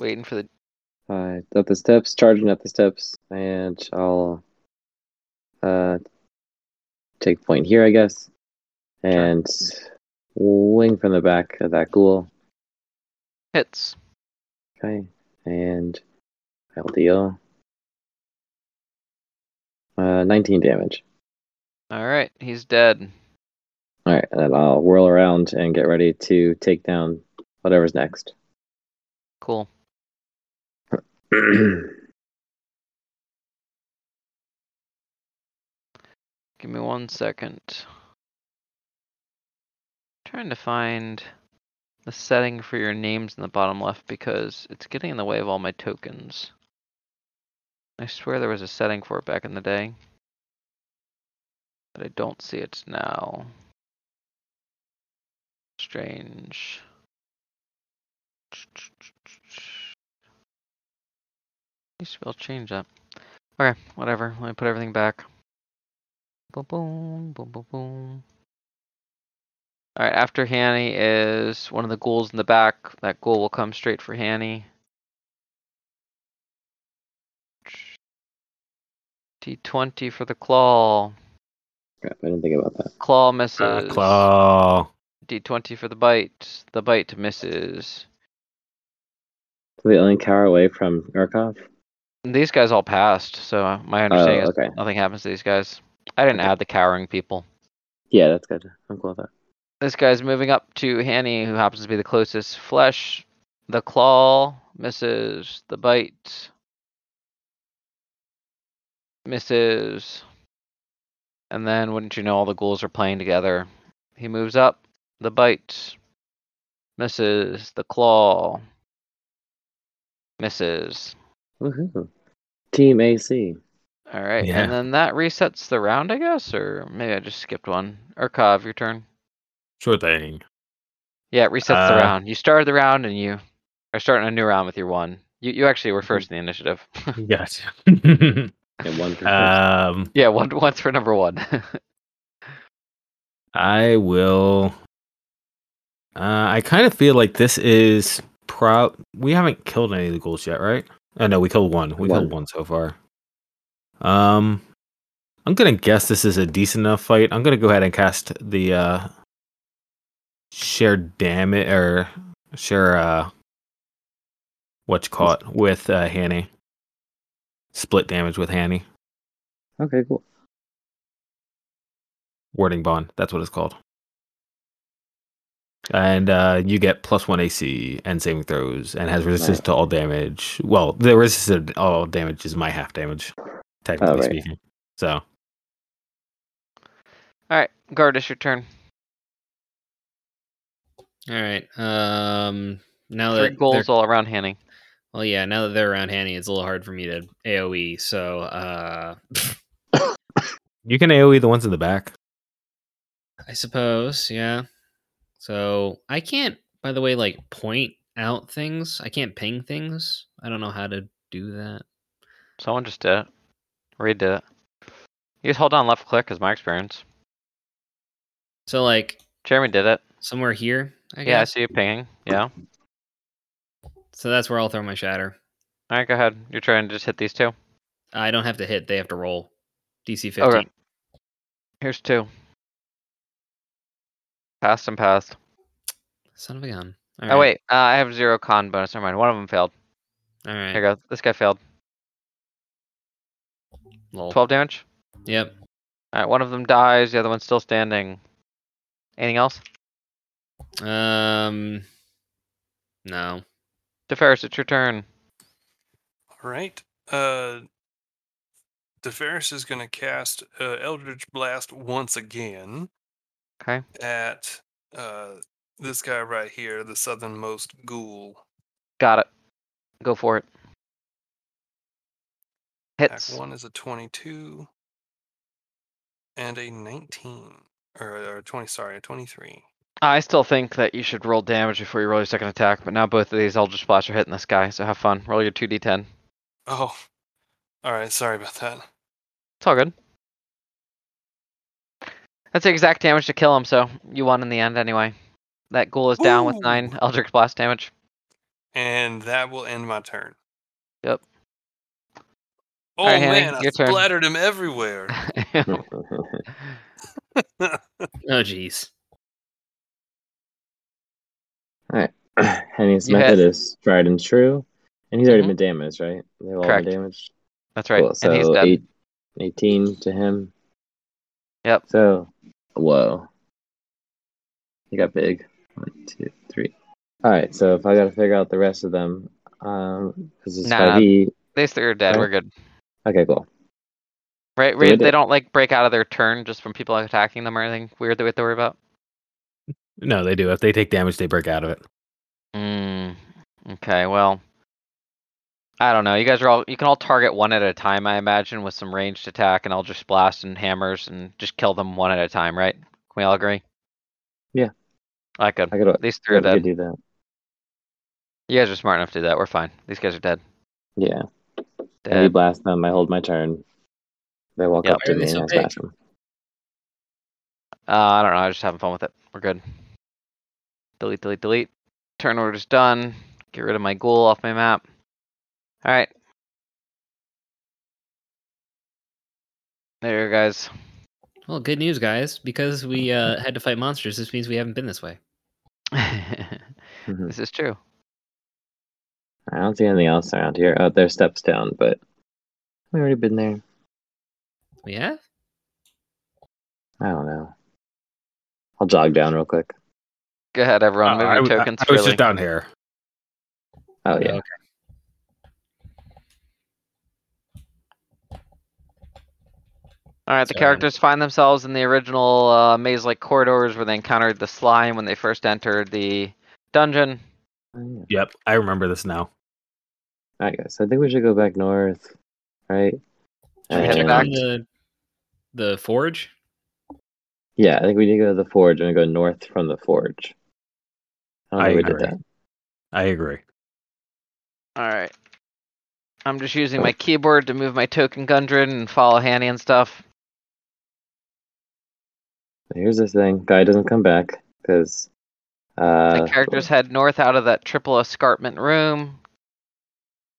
Waiting for the.
Uh, up the steps, charging up the steps, and I'll uh, take point here, I guess, and wing from the back of that ghoul.
Hits.
Okay, and I'll deal uh, 19 damage.
All right, he's dead.
All right, and then I'll whirl around and get ready to take down whatever's next.
Cool. Give me one second. trying to find the setting for your names in the bottom left because it's getting in the way of all my tokens. I swear there was a setting for it back in the day. But I don't see it now. Strange. You spell change up. Okay, whatever. Let me put everything back. Boom, boom, boom, boom, boom. All right, after Hanny is one of the ghouls in the back. That ghoul will come straight for Hanny. D20 for the claw.
Crap, I didn't think about that.
Claw misses.
Uh, claw.
D20 for the bite. The bite misses.
So they only cower away from Urkov?
These guys all passed, so my understanding is
Oh, okay.
nothing happens to these guys. I didn't add the cowering people.
Yeah, that's good. I'm cool with that.
This guy's moving up to Hanny, who happens to be the closest. Flesh, the claw misses, the bite misses. And then, wouldn't you know, all the ghouls are playing together. He moves up, the bite misses, the claw misses.
Woohoo. Team AC.
All right,
Yeah.
and then that resets the round, I guess, or maybe I just skipped one. Urkov, your turn.
Sure thing.
Yeah, it resets the
Uh,
round. You started the round and you are starting a new round with your one. You you actually were
Mm-hmm.
Mhm.
first in the initiative.
Gotcha.
And one for
Uh,
um,
yeah, one once for number one.
I will. Uh, I kind of feel like this is pro. We haven't killed any of the ghouls yet, right? Oh no, we killed one. We
One.
killed one so far. Um, I'm gonna guess this is a decent enough fight. I'm gonna go ahead and cast the uh, share damage or share uh, what you call it with uh, Hanny. Split damage with Hanny.
Okay, cool.
Warding Bond. That's what it's called. And uh, you get plus one AC and saving throws, and has resistance to all damage. Well, the resistance to all damage is my half damage, technically
Alright.
speaking. So
All right, Gardas, your turn.
All right. Um. Now
Three
that they're-
goals all around Hanning.
Well, yeah. Now that they're around Hanny, it's a little hard for me to AOE. So, uh,
you can AOE the ones in the back.
I suppose, yeah. So I can't. By the way, like point out things. I can't ping things. I don't know how to do that.
Someone just did it. Redid it. You just hold down left click, is my experience.
So like
Jeremy did it.
somewhere here, I
yeah, I
guess.
see you pinging. Yeah.
So that's where I'll throw my shatter.
All right, go ahead. You're trying to just hit these two.
I don't have to hit; they have to roll. DC fifteen.
Okay. Here's two. Passed and passed.
Son of a gun.
oh wait, uh, I have zero con bonus. Never mind. One of them failed.
All right.
Here you go. This guy failed.
Lol.
Twelve damage.
Yep.
All right, one of them dies. The other one's still standing. Anything else?
Um. No.
DeFerris, it's your turn.
All right. Uh, the Ferris is going to cast uh, Eldritch Blast once again
Okay.
at uh, this guy right here, the southernmost ghoul.
Got it. Go for it.
Attack
Hits.
one is a 22 and a 19. Or, or 20, sorry, a 23.
I still think that you should roll damage before you roll your second attack, but now both of these Eldritch Blasts are hitting this guy, so have fun. Roll your 2d10.
Oh. All right. Sorry about that.
It's all good. That's the exact damage to kill him, so you won in the end anyway. That ghoul is down with
Ooh.
9 Eldritch Blast damage.
And that will end my turn.
Yep.
Oh
All right, Hanny,
man, I
your turn.
splattered him everywhere.
Oh jeez.
Henny's
You
method
hit.
is tried and true, and he's already been damaged, right? They've all
Correct.
been damaged.
That's right.
Cool. So
and he's dead.
Eight, 18 to him.
Yep.
So, whoa. He got big. One, two, three. All right. So if I got to figure out the rest of them, um, because it's
Nah.
five E.
These three are dead.
Right.
We're good.
Okay, cool.
Right?
we're
Reed, they
dead.
don't like break out of their turn just from people attacking them or anything weird that we have to worry about.
No, they do. If they take damage, they break out of it.
Mm, okay, well, I don't know. You guys are all you can all target one at a time, I imagine, with some ranged attack, and I'll just blast and hammers and just kill them one at a time, right? Can we all agree?
Yeah.
I could.
I could, I
These three are
could
dead.
do that.
You guys are smart enough to do that. We're fine. These guys are dead.
Yeah. Heavy
Dead.
blast them. I hold my turn. They walk
Yep.
up to
Why are they
me
so
and I
big?
smash them.
Uh, I don't know. I'm just having fun with it. We're good. Delete, delete, delete. Turn order's done. Get rid of my ghoul off my map. All right. There you go, guys.
Well, good news, guys. Because we uh, had to fight monsters, this means we haven't been this way.
Mhm.
This is true.
I don't see anything else around here. Oh, there's steps down, but we've already been there.
We have.
I don't know. I'll jog down real quick.
Go ahead, everyone.
Uh,
Move
I,
your
w- I-
tokens
I was
freely.
just down here.
Oh yeah.
Okay.
All right, the
Sorry.
characters find themselves in the original uh, maze-like corridors where they encountered the slime when they first entered the dungeon.
Oh, yeah.
Yep, I remember this now.
I guess. I think we should go back north, right?
Should we
head
check
back?
on the the forge?
yeah, I think we need to go to the forge and go north from the forge. I don't
I
think we did
agree.
that.
I agree.
All right. I'm just using my keyboard to move my token gundren and follow Hanny and stuff.
Here's this thing. Guy doesn't come back because uh,
the characters head north out of that triple escarpment room.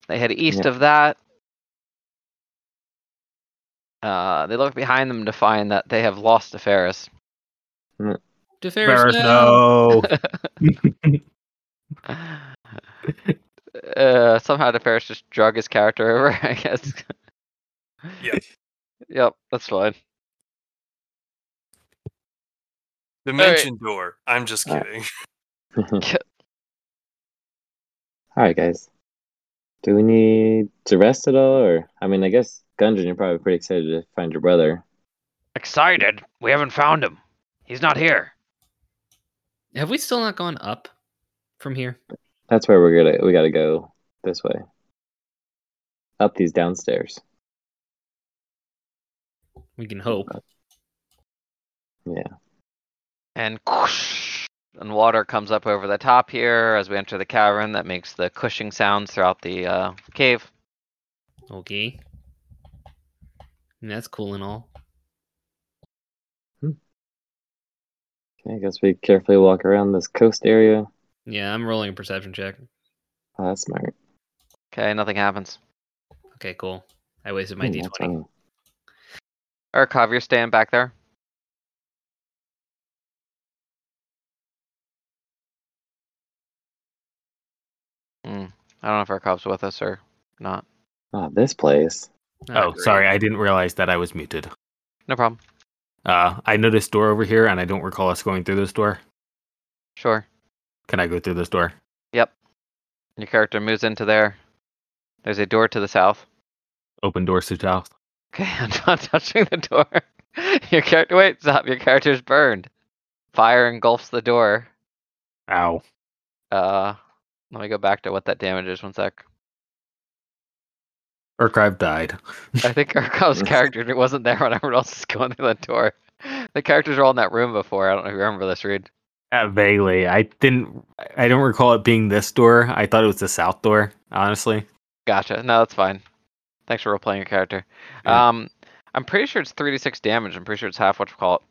They head east
Yeah.
of that. Uh, they look behind them to find that they have lost to Ferris.
Deferris,
no.
uh, somehow DeFerris just drug his character over, I guess.
Yeah.
Yep, that's fine.
Dimension door. I'm just
Alright.
kidding.
All right, guys. Do we need to rest at all, or I mean, I guess Gundren, you're probably pretty excited to find your brother.
Excited. We haven't found him. He's not here.
Have we still not gone up from here?
That's where we're gonna we gotta go this way, up these downstairs.
We can hope.
And whoosh, and water comes up over the top here as we enter the cavern that makes the cushing sounds throughout the uh, cave.
Okay. And that's cool and all.
I guess we carefully walk around this coast area.
Yeah, I'm rolling a perception check.
Oh, that's smart.
Okay, nothing happens.
Okay, cool. I wasted my
Hmm,
d20.
that's funny.
Urkov, you're staying back there. Hmm. I don't know if Urkov's with us or not.
Oh, this place.
Oh, sorry, I didn't realize that I was muted.
No problem.
Uh, I noticed door over here, and I don't recall us going through this door.
Sure.
Can I go through this door?
Your character moves into there. There's a door to the south.
Open doors to south.
Okay, I'm not touching the door. Your character, wait, stop. Your character's burned. Fire engulfs the door.
Ow.
Uh, let me go back to what that damage is. One sec.
Archive died.
I think Urkov's character d- wasn't there when everyone else was going through that door. The characters were all in that room before. I don't know if you remember this, Reed.
Uh, vaguely, I didn't. I don't recall it being this door. I thought it was the south door. Honestly,
Gotcha. No, that's fine. Thanks for replaying your character.
Yeah.
Um, I'm pretty sure it's 3d6 damage. I'm pretty sure it's half what you call it.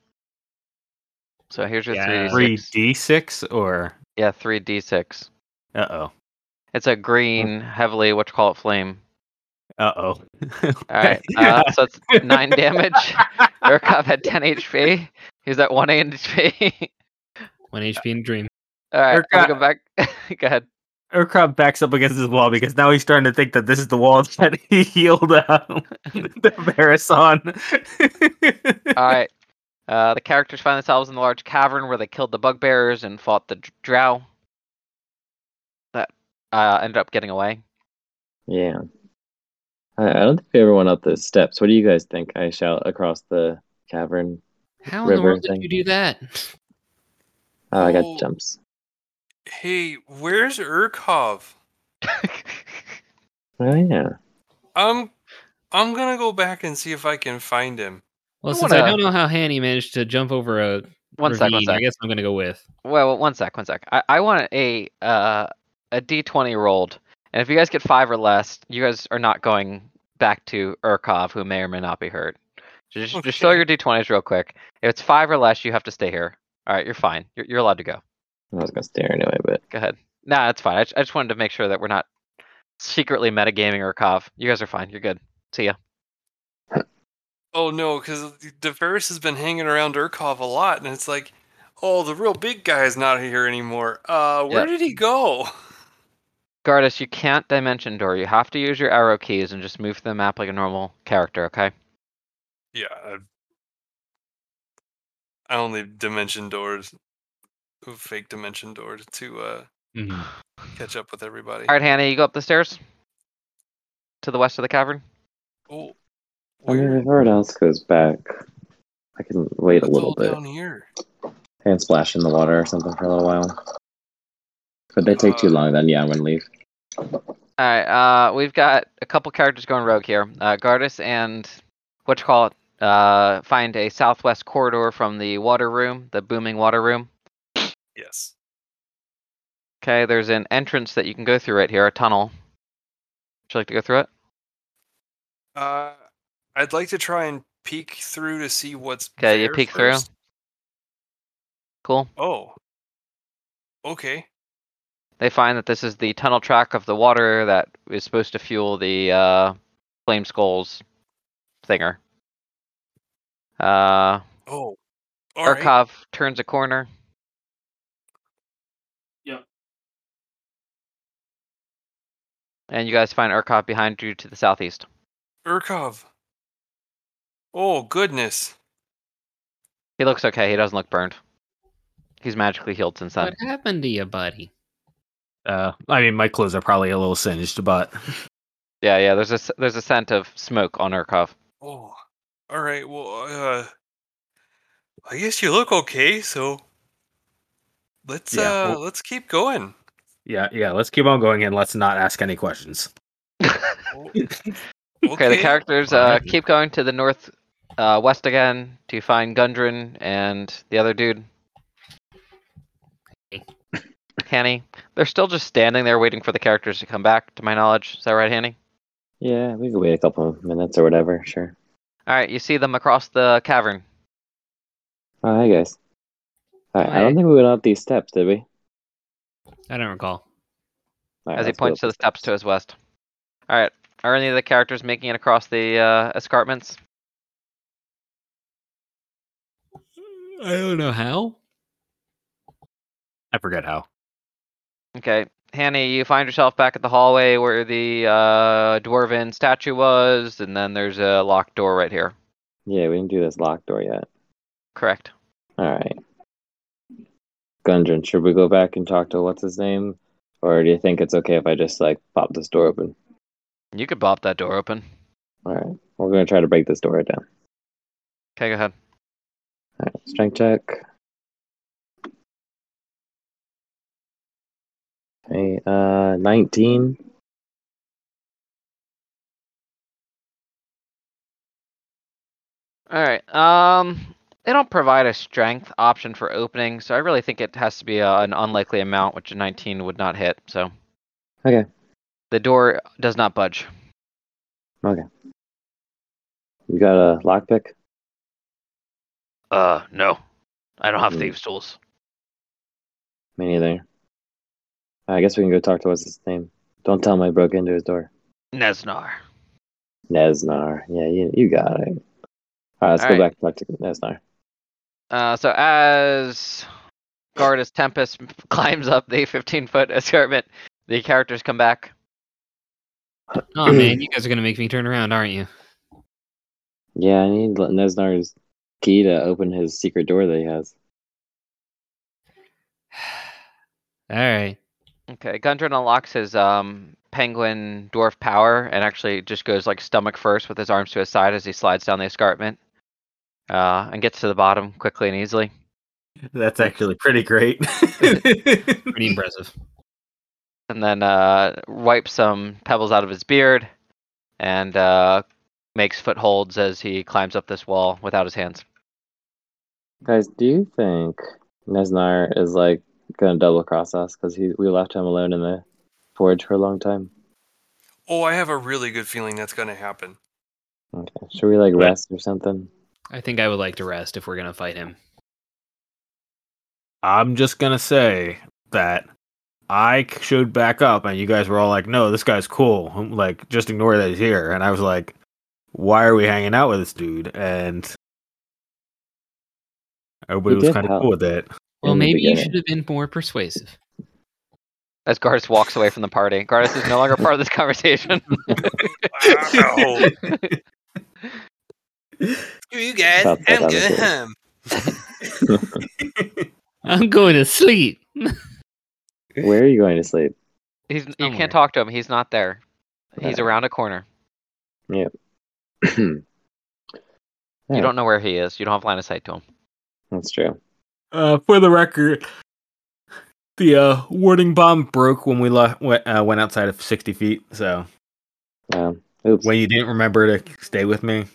So here's your
Yeah.
three
3d6.
d six or
Yeah, 3d6.
uh oh,
It's a green,
Mm.
heavily what you call it flame.
uh oh.
All right. Uh, so it's nine damage. Urkov had 10 HP. He's at 1 HP.
One HP in dream.
All right. I'll go
Urkov-
back. go ahead.
Urkrop backs up against this wall because now he's starting to think that this is the wall that he healed um, the Varison.
All right. Uh, the characters find themselves in the large cavern where they killed the bugbearers and fought the dr- drow. That uh, ended up getting away.
Yeah. I, I don't think we ever went up the steps. What do you guys think? I shout across the cavern.
How in the world
River
did
thing.
you do that?
Oh, I
Oh.
got jumps.
Hey, where's Urkov?
Oh yeah.
I'm I'm gonna go back and see if I can find him.
Well,
I
since I
wanna-
don't know how Hanny managed to jump over a
One
ravine,
sec, one
I
sec.
guess I'm gonna go with.
Well, one sec, one sec. I, I want a uh, a d20 rolled, and if you guys get five or less, you guys are not going back to Urkov, who may or may not be hurt. So just just show
Okay.
your d20s real quick. If it's five or less, you have to stay here. All right, you're fine. You're, you're allowed to go.
I was gonna stare anyway, but
Go ahead. Nah, that's fine. I, ju- I just wanted to make sure that we're not secretly metagaming or Kov. You guys are fine. You're good. See ya.
Oh no, because DeFerris has been hanging around Urkov a lot, and it's like, oh, the real big guy is not here anymore. Uh, where
Yeah.
did he go?
Gardas, you can't dimension door. You have to use your arrow keys and just move through the map like a normal character, okay?
Yeah, I, I only dimension doors, fake dimension doors to uh,
Mm-hmm.
catch up with everybody.
All right, Hannah, you go up the stairs to the west of the cavern.
Oh,
I mean,
where?
if everyone else goes back, I can wait a
What's
little
all
bit
down here?
and splash in the water or something for a little while. But they take too
Uh,
long, then yeah, I'm gonna leave.
All right, uh, we've got a couple characters going rogue here. Uh, Gardas and what you call it? Uh, find a southwest corridor from the water room, the booming water room.
Yes.
Okay, there's an entrance that you can go through right here, a tunnel. Would you like to go through it?
Uh, I'd like to try and peek through to see what's.
Okay, you
there
peek through.
first.
Cool.
Oh. Okay.
They find that this is the tunnel track of the water that is supposed to fuel the uh, flame skulls thinger. Uh,
Oh. All right.
Arkov turns a corner.
Yep.
And you guys find Arkov behind you to the southeast.
Urkov. Oh goodness.
He looks okay. He doesn't look burned. He's magically healed since then.
What happened to you, buddy?
Uh, I mean, my clothes are probably a little singed, but
Yeah, yeah. There's a s- there's a scent of smoke on Urkov.
Oh. All right. Well, uh, I guess you look okay. So let's
Yeah,
uh
well-
let's keep going.
yeah, yeah. Let's keep on going and let's not ask any questions.
Oh,
Okay, the characters uh, keep going to the north uh, west again to find Gundren and the other dude. Hanny. They're still just standing there waiting for the characters to come back, to my knowledge. Is that right, Hanny?
Yeah, we can wait a couple minutes or whatever, sure.
Alright, you see them across the cavern.
Oh, hi Ah, guys. All right, I don't think we went up these steps, did we?
I don't recall.
All right,
as he
let's go
points to
up
the steps to his west. All right. Are any of the characters making it across the uh, escarpments?
I don't know how.
I forget how.
Okay. Hanny, you find yourself back at the hallway where the uh, dwarven statue was, and then there's a locked door right here.
Yeah, we didn't do this locked door yet.
Correct.
All right. Gundren, should we go back and talk to what's his name? Or do you think it's okay if I just like pop this door open?
You could bop that door open.
All right. We're going to try to break this door down.
Okay, go ahead.
All right. Strength check. Okay. Uh, 19.
All right. Um, they don't provide a strength option for opening, so I really think it has to be a, an unlikely amount, which a 19 would not hit. So.
Okay.
The door does not budge.
You got a lockpick?
Uh, no. I don't have
Hmm.
thieves' tools.
Me neither. I guess we can go talk to what's his name. Don't tell him I broke into his door.
Nesnar.
Nesnar. Yeah, you, you got it. All right, let's
All
go
right.
back and talk to Nesnar.
Uh, so as Guardus Tempest climbs up the 15 foot escarpment, the characters come back.
Oh man, you guys are gonna make me turn around, aren't you?
Yeah, I need Le- Nesnar's key to open his secret door that he has.
All right.
Okay, Gundren unlocks his um, penguin dwarf power and actually just goes like stomach first with his arms to his side as he slides down the escarpment uh, and gets to the bottom quickly and easily.
That's actually pretty great.
Pretty impressive.
And then uh, wipes some pebbles out of his beard and uh, makes footholds as he climbs up this wall without his hands.
Guys, do you think Nesnar is like gonna double cross us because he we left him alone in the forge for a long time?
Oh, I have a really good feeling that's going to happen.
Okay, should we like rest or something?
I think I would like to rest if we're gonna fight him.
I'm just gonna say that I c- showed back up, and you guys were all like, "No, this guy's cool. Um, Like, just ignore that he's here." And I was like, "Why are we hanging out with this dude?" And everybody
He
was
did
kind of
help.
cool with it.
Well,
In the
maybe you
beginning.
should have been more persuasive.
As Gardas walks away from the party, Gardas is no longer part of this conversation.
Wow. Screw you guys.
About that
I'm
other
going
day.
home.
I'm going to sleep.
Where are you going to sleep?
He's you
Somewhere.
can't talk to him. He's not there. He's
Yeah.
around a corner.
Yeah.
You don't know where he is. You don't have line of sight to him.
That's true.
Uh, for the record, the uh, warning bomb broke when we le- went, uh, went outside of 60 feet. So
Um, oops.
when you didn't remember to stay with me,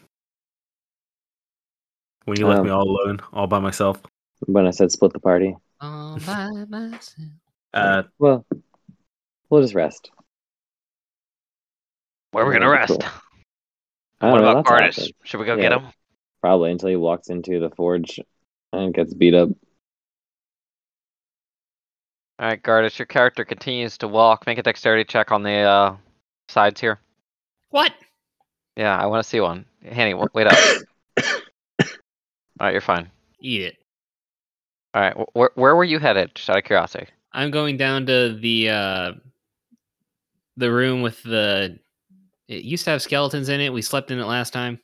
when you left
Um.
me all alone, all by myself.
When I said split the party.
All by myself.
Uh,
Well, we'll just rest.
Where are we
Yeah,
gonna
cool.
rest?
I
What
don't know,
about
that's an
Gardas?
option.
Should we go
Yeah.
get him?
Probably until he walks into the forge and gets beat up.
All right, Gardas, your character continues to walk. Make a dexterity check on the uh, sides here.
What?
Yeah, I want to see one. Hanny, w- wait up. All right, you're fine.
Eat it.
All right, wh- where where were you headed? Just out of curiosity.
I'm going down to the uh the room with the it used to have skeletons in it. We slept in it last time.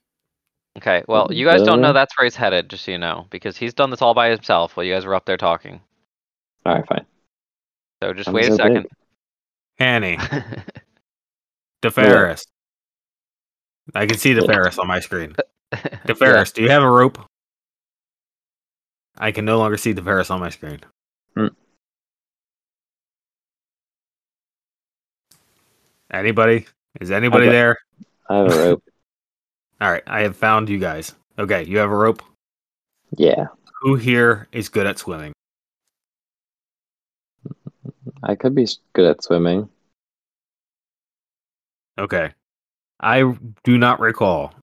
Okay, well,
Mm,
you guys don't know
uh,
that's where he's headed, just so you know, because he's done this all by himself while you guys were up there talking.
All right, fine.
So just
I'm
wait
so
a second.
Hanny,
Yeah.
DeFerris. I can see DeFerris on my screen.
Uh,
the
DeFerris, do you have a rope? I can no longer see DeFerris on my screen.
Hmm.
Anybody? Is anybody
got-
there?
I have a rope.
All right, I have found you guys. Okay, you have a rope.
yeah,
Who here is good at swimming?
I could be s- good at swimming.
Okay. I do not recall.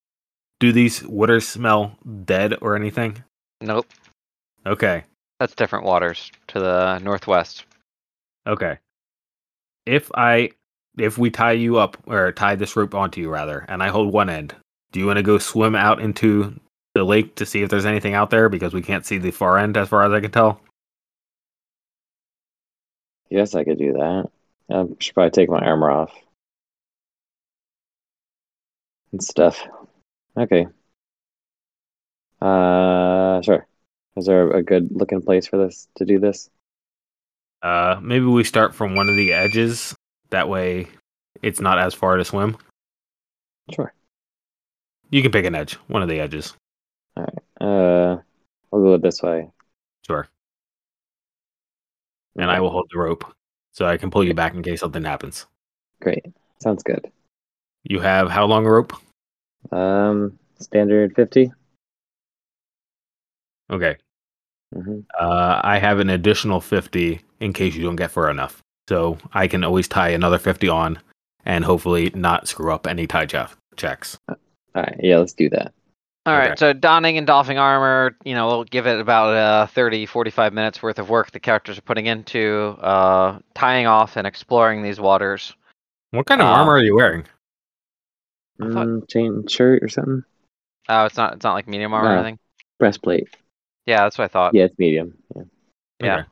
Do these waters smell dead or anything?
Nope.
Okay.
That's different waters to the northwest.
Okay. If I if we tie you up or tie this rope onto you rather, and I hold one end, do you want to go swim out into the lake to see if there's anything out there because we can't see the far end as far as I can tell?
Yes, I could do that. I should probably take my armor off and stuff. Okay. Uh, sure. Is there a good looking place for this to do this?
Uh, maybe we start from one of the edges. That way, it's not as far to swim.
Sure.
You can pick an edge, one of the edges.
Uh, we'll go this way.
Sure. And I will hold the rope so I can pull you back in case something happens.
Great. Sounds good.
You have how long a rope?
Um, standard 50.
Okay.
hmm
Uh, I have an additional 50 in case you don't get far enough. So I can always tie another 50 on and hopefully not screw up any tie chef checks.
All right. Yeah, let's do that.
All right,
Okay.
so donning and doffing armor, you know, we'll give it about uh, 30, 45 minutes worth of work the characters are putting into uh, tying off and exploring these waters.
What kind of
Uh,
armor are you wearing?
I thought-
Mm, chain shirt or something?
Oh, it's not it's not like medium armor or
No.
anything.
Breastplate.
Yeah, that's what I thought.
Yeah, it's medium. Yeah.
yeah.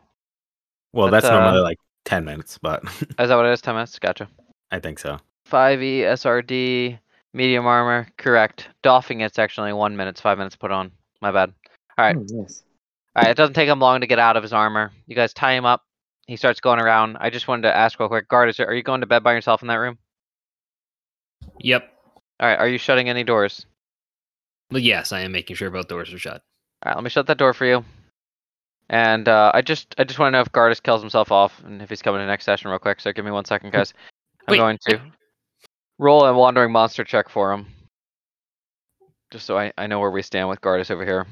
Well,
That's,
that's, normally
uh,
like 10 minutes, but
Is that what it is? 10 minutes? Gotcha. E
I think so.
5e SRD medium armor, correct. Doffing it's actually one minute, it's five minutes put on. My bad. All right.
Oh, yes.
All right, it doesn't take him long to get out of his armor. You guys tie him up. He starts going around. I just wanted to ask real quick, guard, is there, are you going to bed by yourself in that room?
Yep.
All right, are you shutting any doors?
But yes, I am making sure both doors are shut.
All right, let me shut that door for you. And uh, I just I just want to know if Gardas kills himself off and if he's coming to next session real quick. So give me one second, guys. I'm
Wait.
going to roll a wandering monster check for him, just so I, I know where we stand with Gardas over here.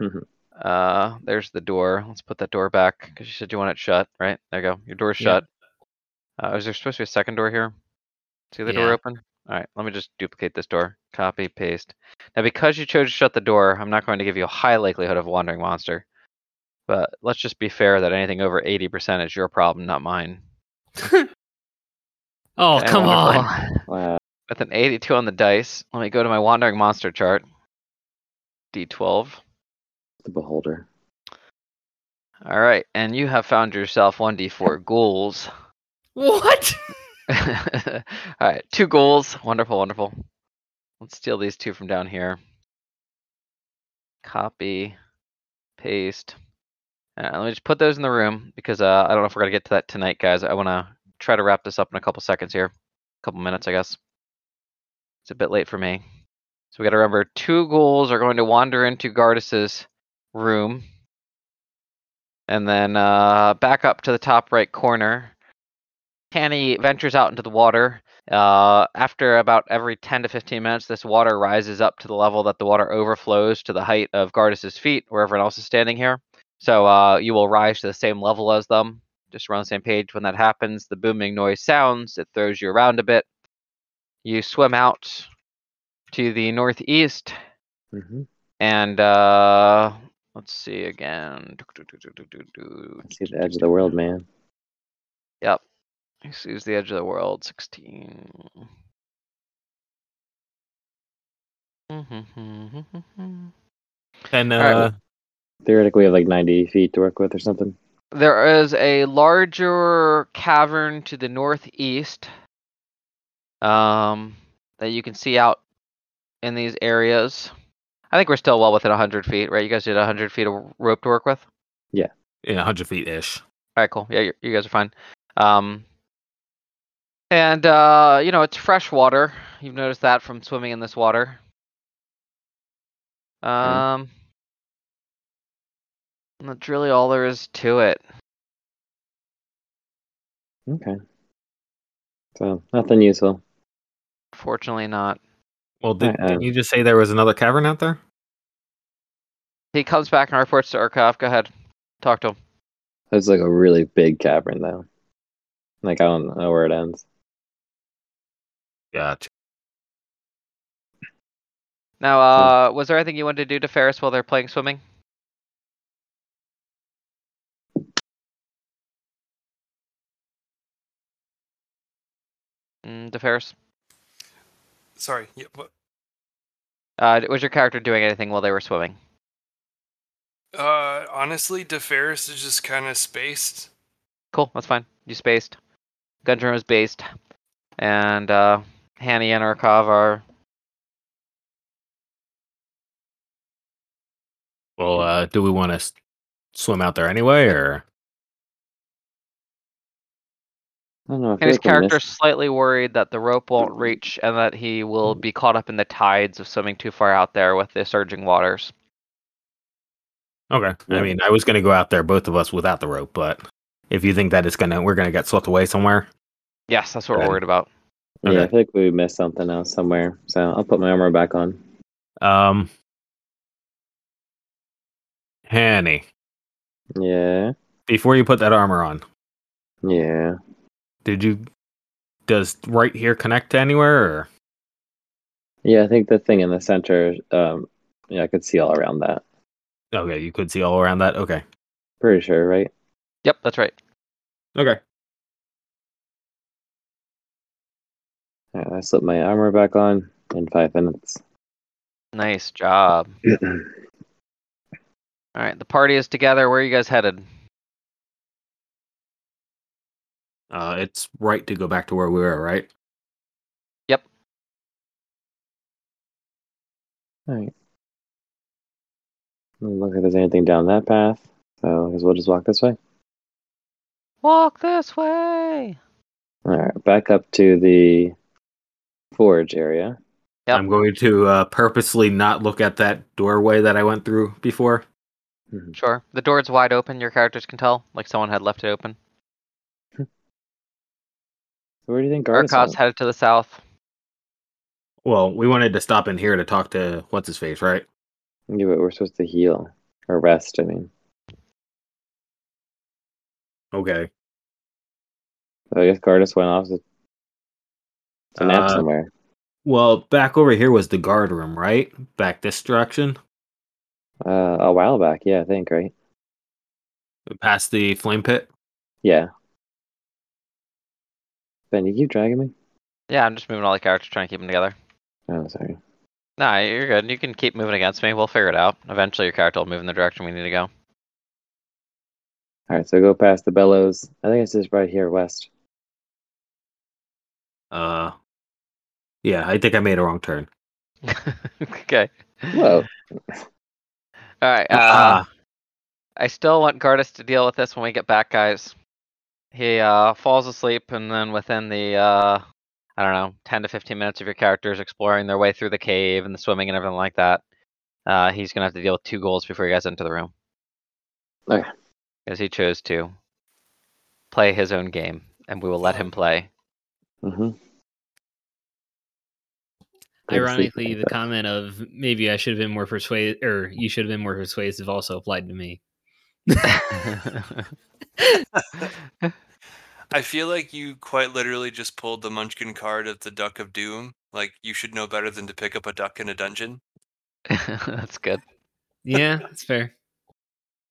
Mhm.
uh, there's the door. Let's put that door back because you said you want it shut, right? There you go. Your door's
Yeah.
shut. Uh, is there supposed to be a second door here? See the
Yeah.
door open? All right, let me just duplicate this door. Copy, paste. Now, because you chose to shut the door, I'm not going to give you a high likelihood of wandering monster. But let's just be fair that anything over 80% is your problem, not mine.
Oh,
Okay,
come
wonderful.
on.
Wow.
With an 82 on the dice, let me go to my wandering monster chart. D12.
The beholder.
All right, and you have found yourself 1d4 ghouls.
What?
All right, two goals. Wonderful, wonderful. Let's steal these two from down here. Copy, paste. Uh, let me just put those in the room because uh, I don't know if we're gonna get to that tonight, guys. I want to try to wrap this up in a couple seconds here, a couple minutes, I guess. It's a bit late for me, so we got to remember two ghouls are going to wander into Gardas' room, and then uh, back up to the top right corner. Tanny ventures out into the water. Uh, after about every 10 to 15 minutes, this water rises up to the level that the water overflows to the height of Gardas' feet, where everyone else is standing here. So uh, you will rise to the same level as them. Just around the same page. When that happens, the booming noise sounds. It throws you around a bit. You swim out to the northeast
hmm
and uh, let's see again.
I see the edge of the world, man.
He sees the edge of the world. Sixteen. Mm-hmm.
And uh,
All right,
Theoretically, we have like 90 feet to work with or something.
There is a larger cavern to the northeast um, that you can see out in these areas. I think we're still well within 100 feet, right? You guys did 100 feet of rope to work with?
yeah, 100 feet ish.
All right, cool. Yeah, you you guys are fine. Um, and uh, you know it's fresh water. You've noticed that from swimming in this water. Um, and that's really all there is to it.
Okay. So, nothing useful.
Fortunately, not.
Well, did,
Uh,
Uh-uh.
didn't you just say there was another cavern out there?
He comes back and reports to Urkov. Go ahead, talk to him.
It's like a really big cavern, though. Like, I don't know where it ends.
Gotcha.
Now, uh, was there anything you wanted to do to Ferris while they're playing swimming? mm, DeFerris?
Sorry. Yeah, but,
Uh, was your character doing anything while they were swimming?
uh, honestly, DeFerris is just kind of spaced.
Cool, that's fine. You spaced. Gundren was based, and uh, Hanny and Arkov are
Well,
Mm.
uh, do we want to swim out there anyway, or
I don't know. I feel
And his
like I missed-
character's slightly worried that the rope won't reach and that he will be caught up in the tides of swimming too far out there with the surging waters.
okay?
Yeah.
I mean, I was gonna go out there, both of us, without the rope, but if you think that it's gonna, we're gonna get swept away somewhere.
Yes, that's what we're
Good.
worried about.
Yeah, I
Okay.
feel like we missed something else somewhere. So I'll put my armor back on.
Um, Hanny,
Yeah.
before you put that armor on,
Yeah.
did you? Does right here connect to anywhere? Or
Yeah, I think the thing in the center, um, yeah, I could see all around that.
okay, you could see all around that. Okay.
Pretty sure, right?
Yep, that's right.
Okay.
All right, I slip my armor back on in five minutes.
Nice job. All right, the party is together. Where are you guys headed?
Uh, it's right to go back to where we were, right?
Alright. Doesn't Look if there's anything down that path. So I guess we'll just walk this way.
Walk this way.
Alright, back up to the forge area.
Yep.
I'm going to uh, purposely not look at that doorway that I went through before.
Sure. The door's wide open. Your characters can tell, like someone had left it open.
So where do you think Gardas
Arkov's
went?
headed to the south.
Well, we wanted to stop in here to talk to what's his face, right?
Yeah, but we're supposed to heal. Or rest, I mean.
Okay.
So I guess Gardas went off to, to nap
Uh,
somewhere.
Well, back over here was the guard room, right? Back this direction,
Uh, a while back, yeah, I think, right?
past the flame pit.
Yeah. Ben, you keep dragging me?
Yeah, I'm just moving all the characters, trying to keep them together.
Oh, sorry.
Nah, you're good. You can keep moving against me. We'll figure it out. Eventually, your character will move in the direction we need to go.
All right, so go past the bellows. I think it's just right here, west.
Uh, yeah, I think I made a wrong turn.
okay.
Whoa.
All right. Uh,
Ah,
I still want Gardas to deal with this when we get back, guys. He uh, falls asleep, and then within the uh, I don't know, ten to fifteen minutes of your characters exploring their way through the cave and the swimming and everything like that, uh, he's gonna have to deal with two goals before you guys enter the room.
Okay.
Because he chose to play his own game, and we will let him play.
Mm-hmm.
Ironically, the comment of maybe I should have been more persuasive, or you should have been more persuasive, also applied to me.
I feel like you quite literally just pulled the Munchkin card of the Duck of Doom. Like you should know better than to pick up a duck in a dungeon.
That's good.
Yeah, that's fair.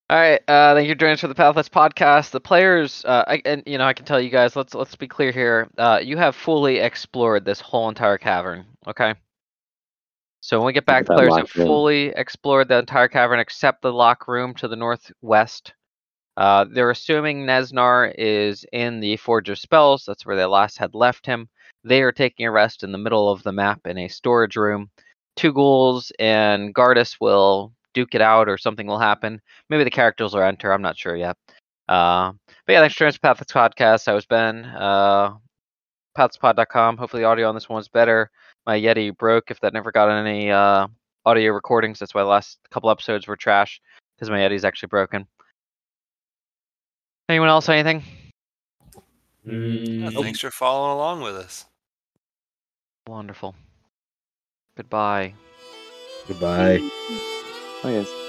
All right. Uh, thank you, for joining us for the Pathless podcast. The players, uh, I, and you know, I can tell you guys. Let's let's be clear here. Uh, you have fully explored this whole entire cavern. Okay. So when we get back, the
That
players have
locked room.
fully explored the entire cavern except the lock room to the northwest. Uh, they're assuming Nesnar is in the Forge of Spells. That's where they last had left him. They are taking a rest in the middle of the map in a storage room. Two ghouls and Gardas will duke it out, or something will happen maybe the characters will enter. I'm not sure yet. Uh, but yeah, thanks for joining us, Pathless Podcast. I was Ben. Uh, PathlessPod.com. Hopefully, the audio on this one was better. My Yeti broke. If that never got on any uh, audio recordings, that's why the last couple episodes were trash because my Yeti's actually broken. Anyone else? Anything?
Yeah,
mm,
Thanks for following along with us.
Wonderful. Goodbye.
Goodbye.
I guess.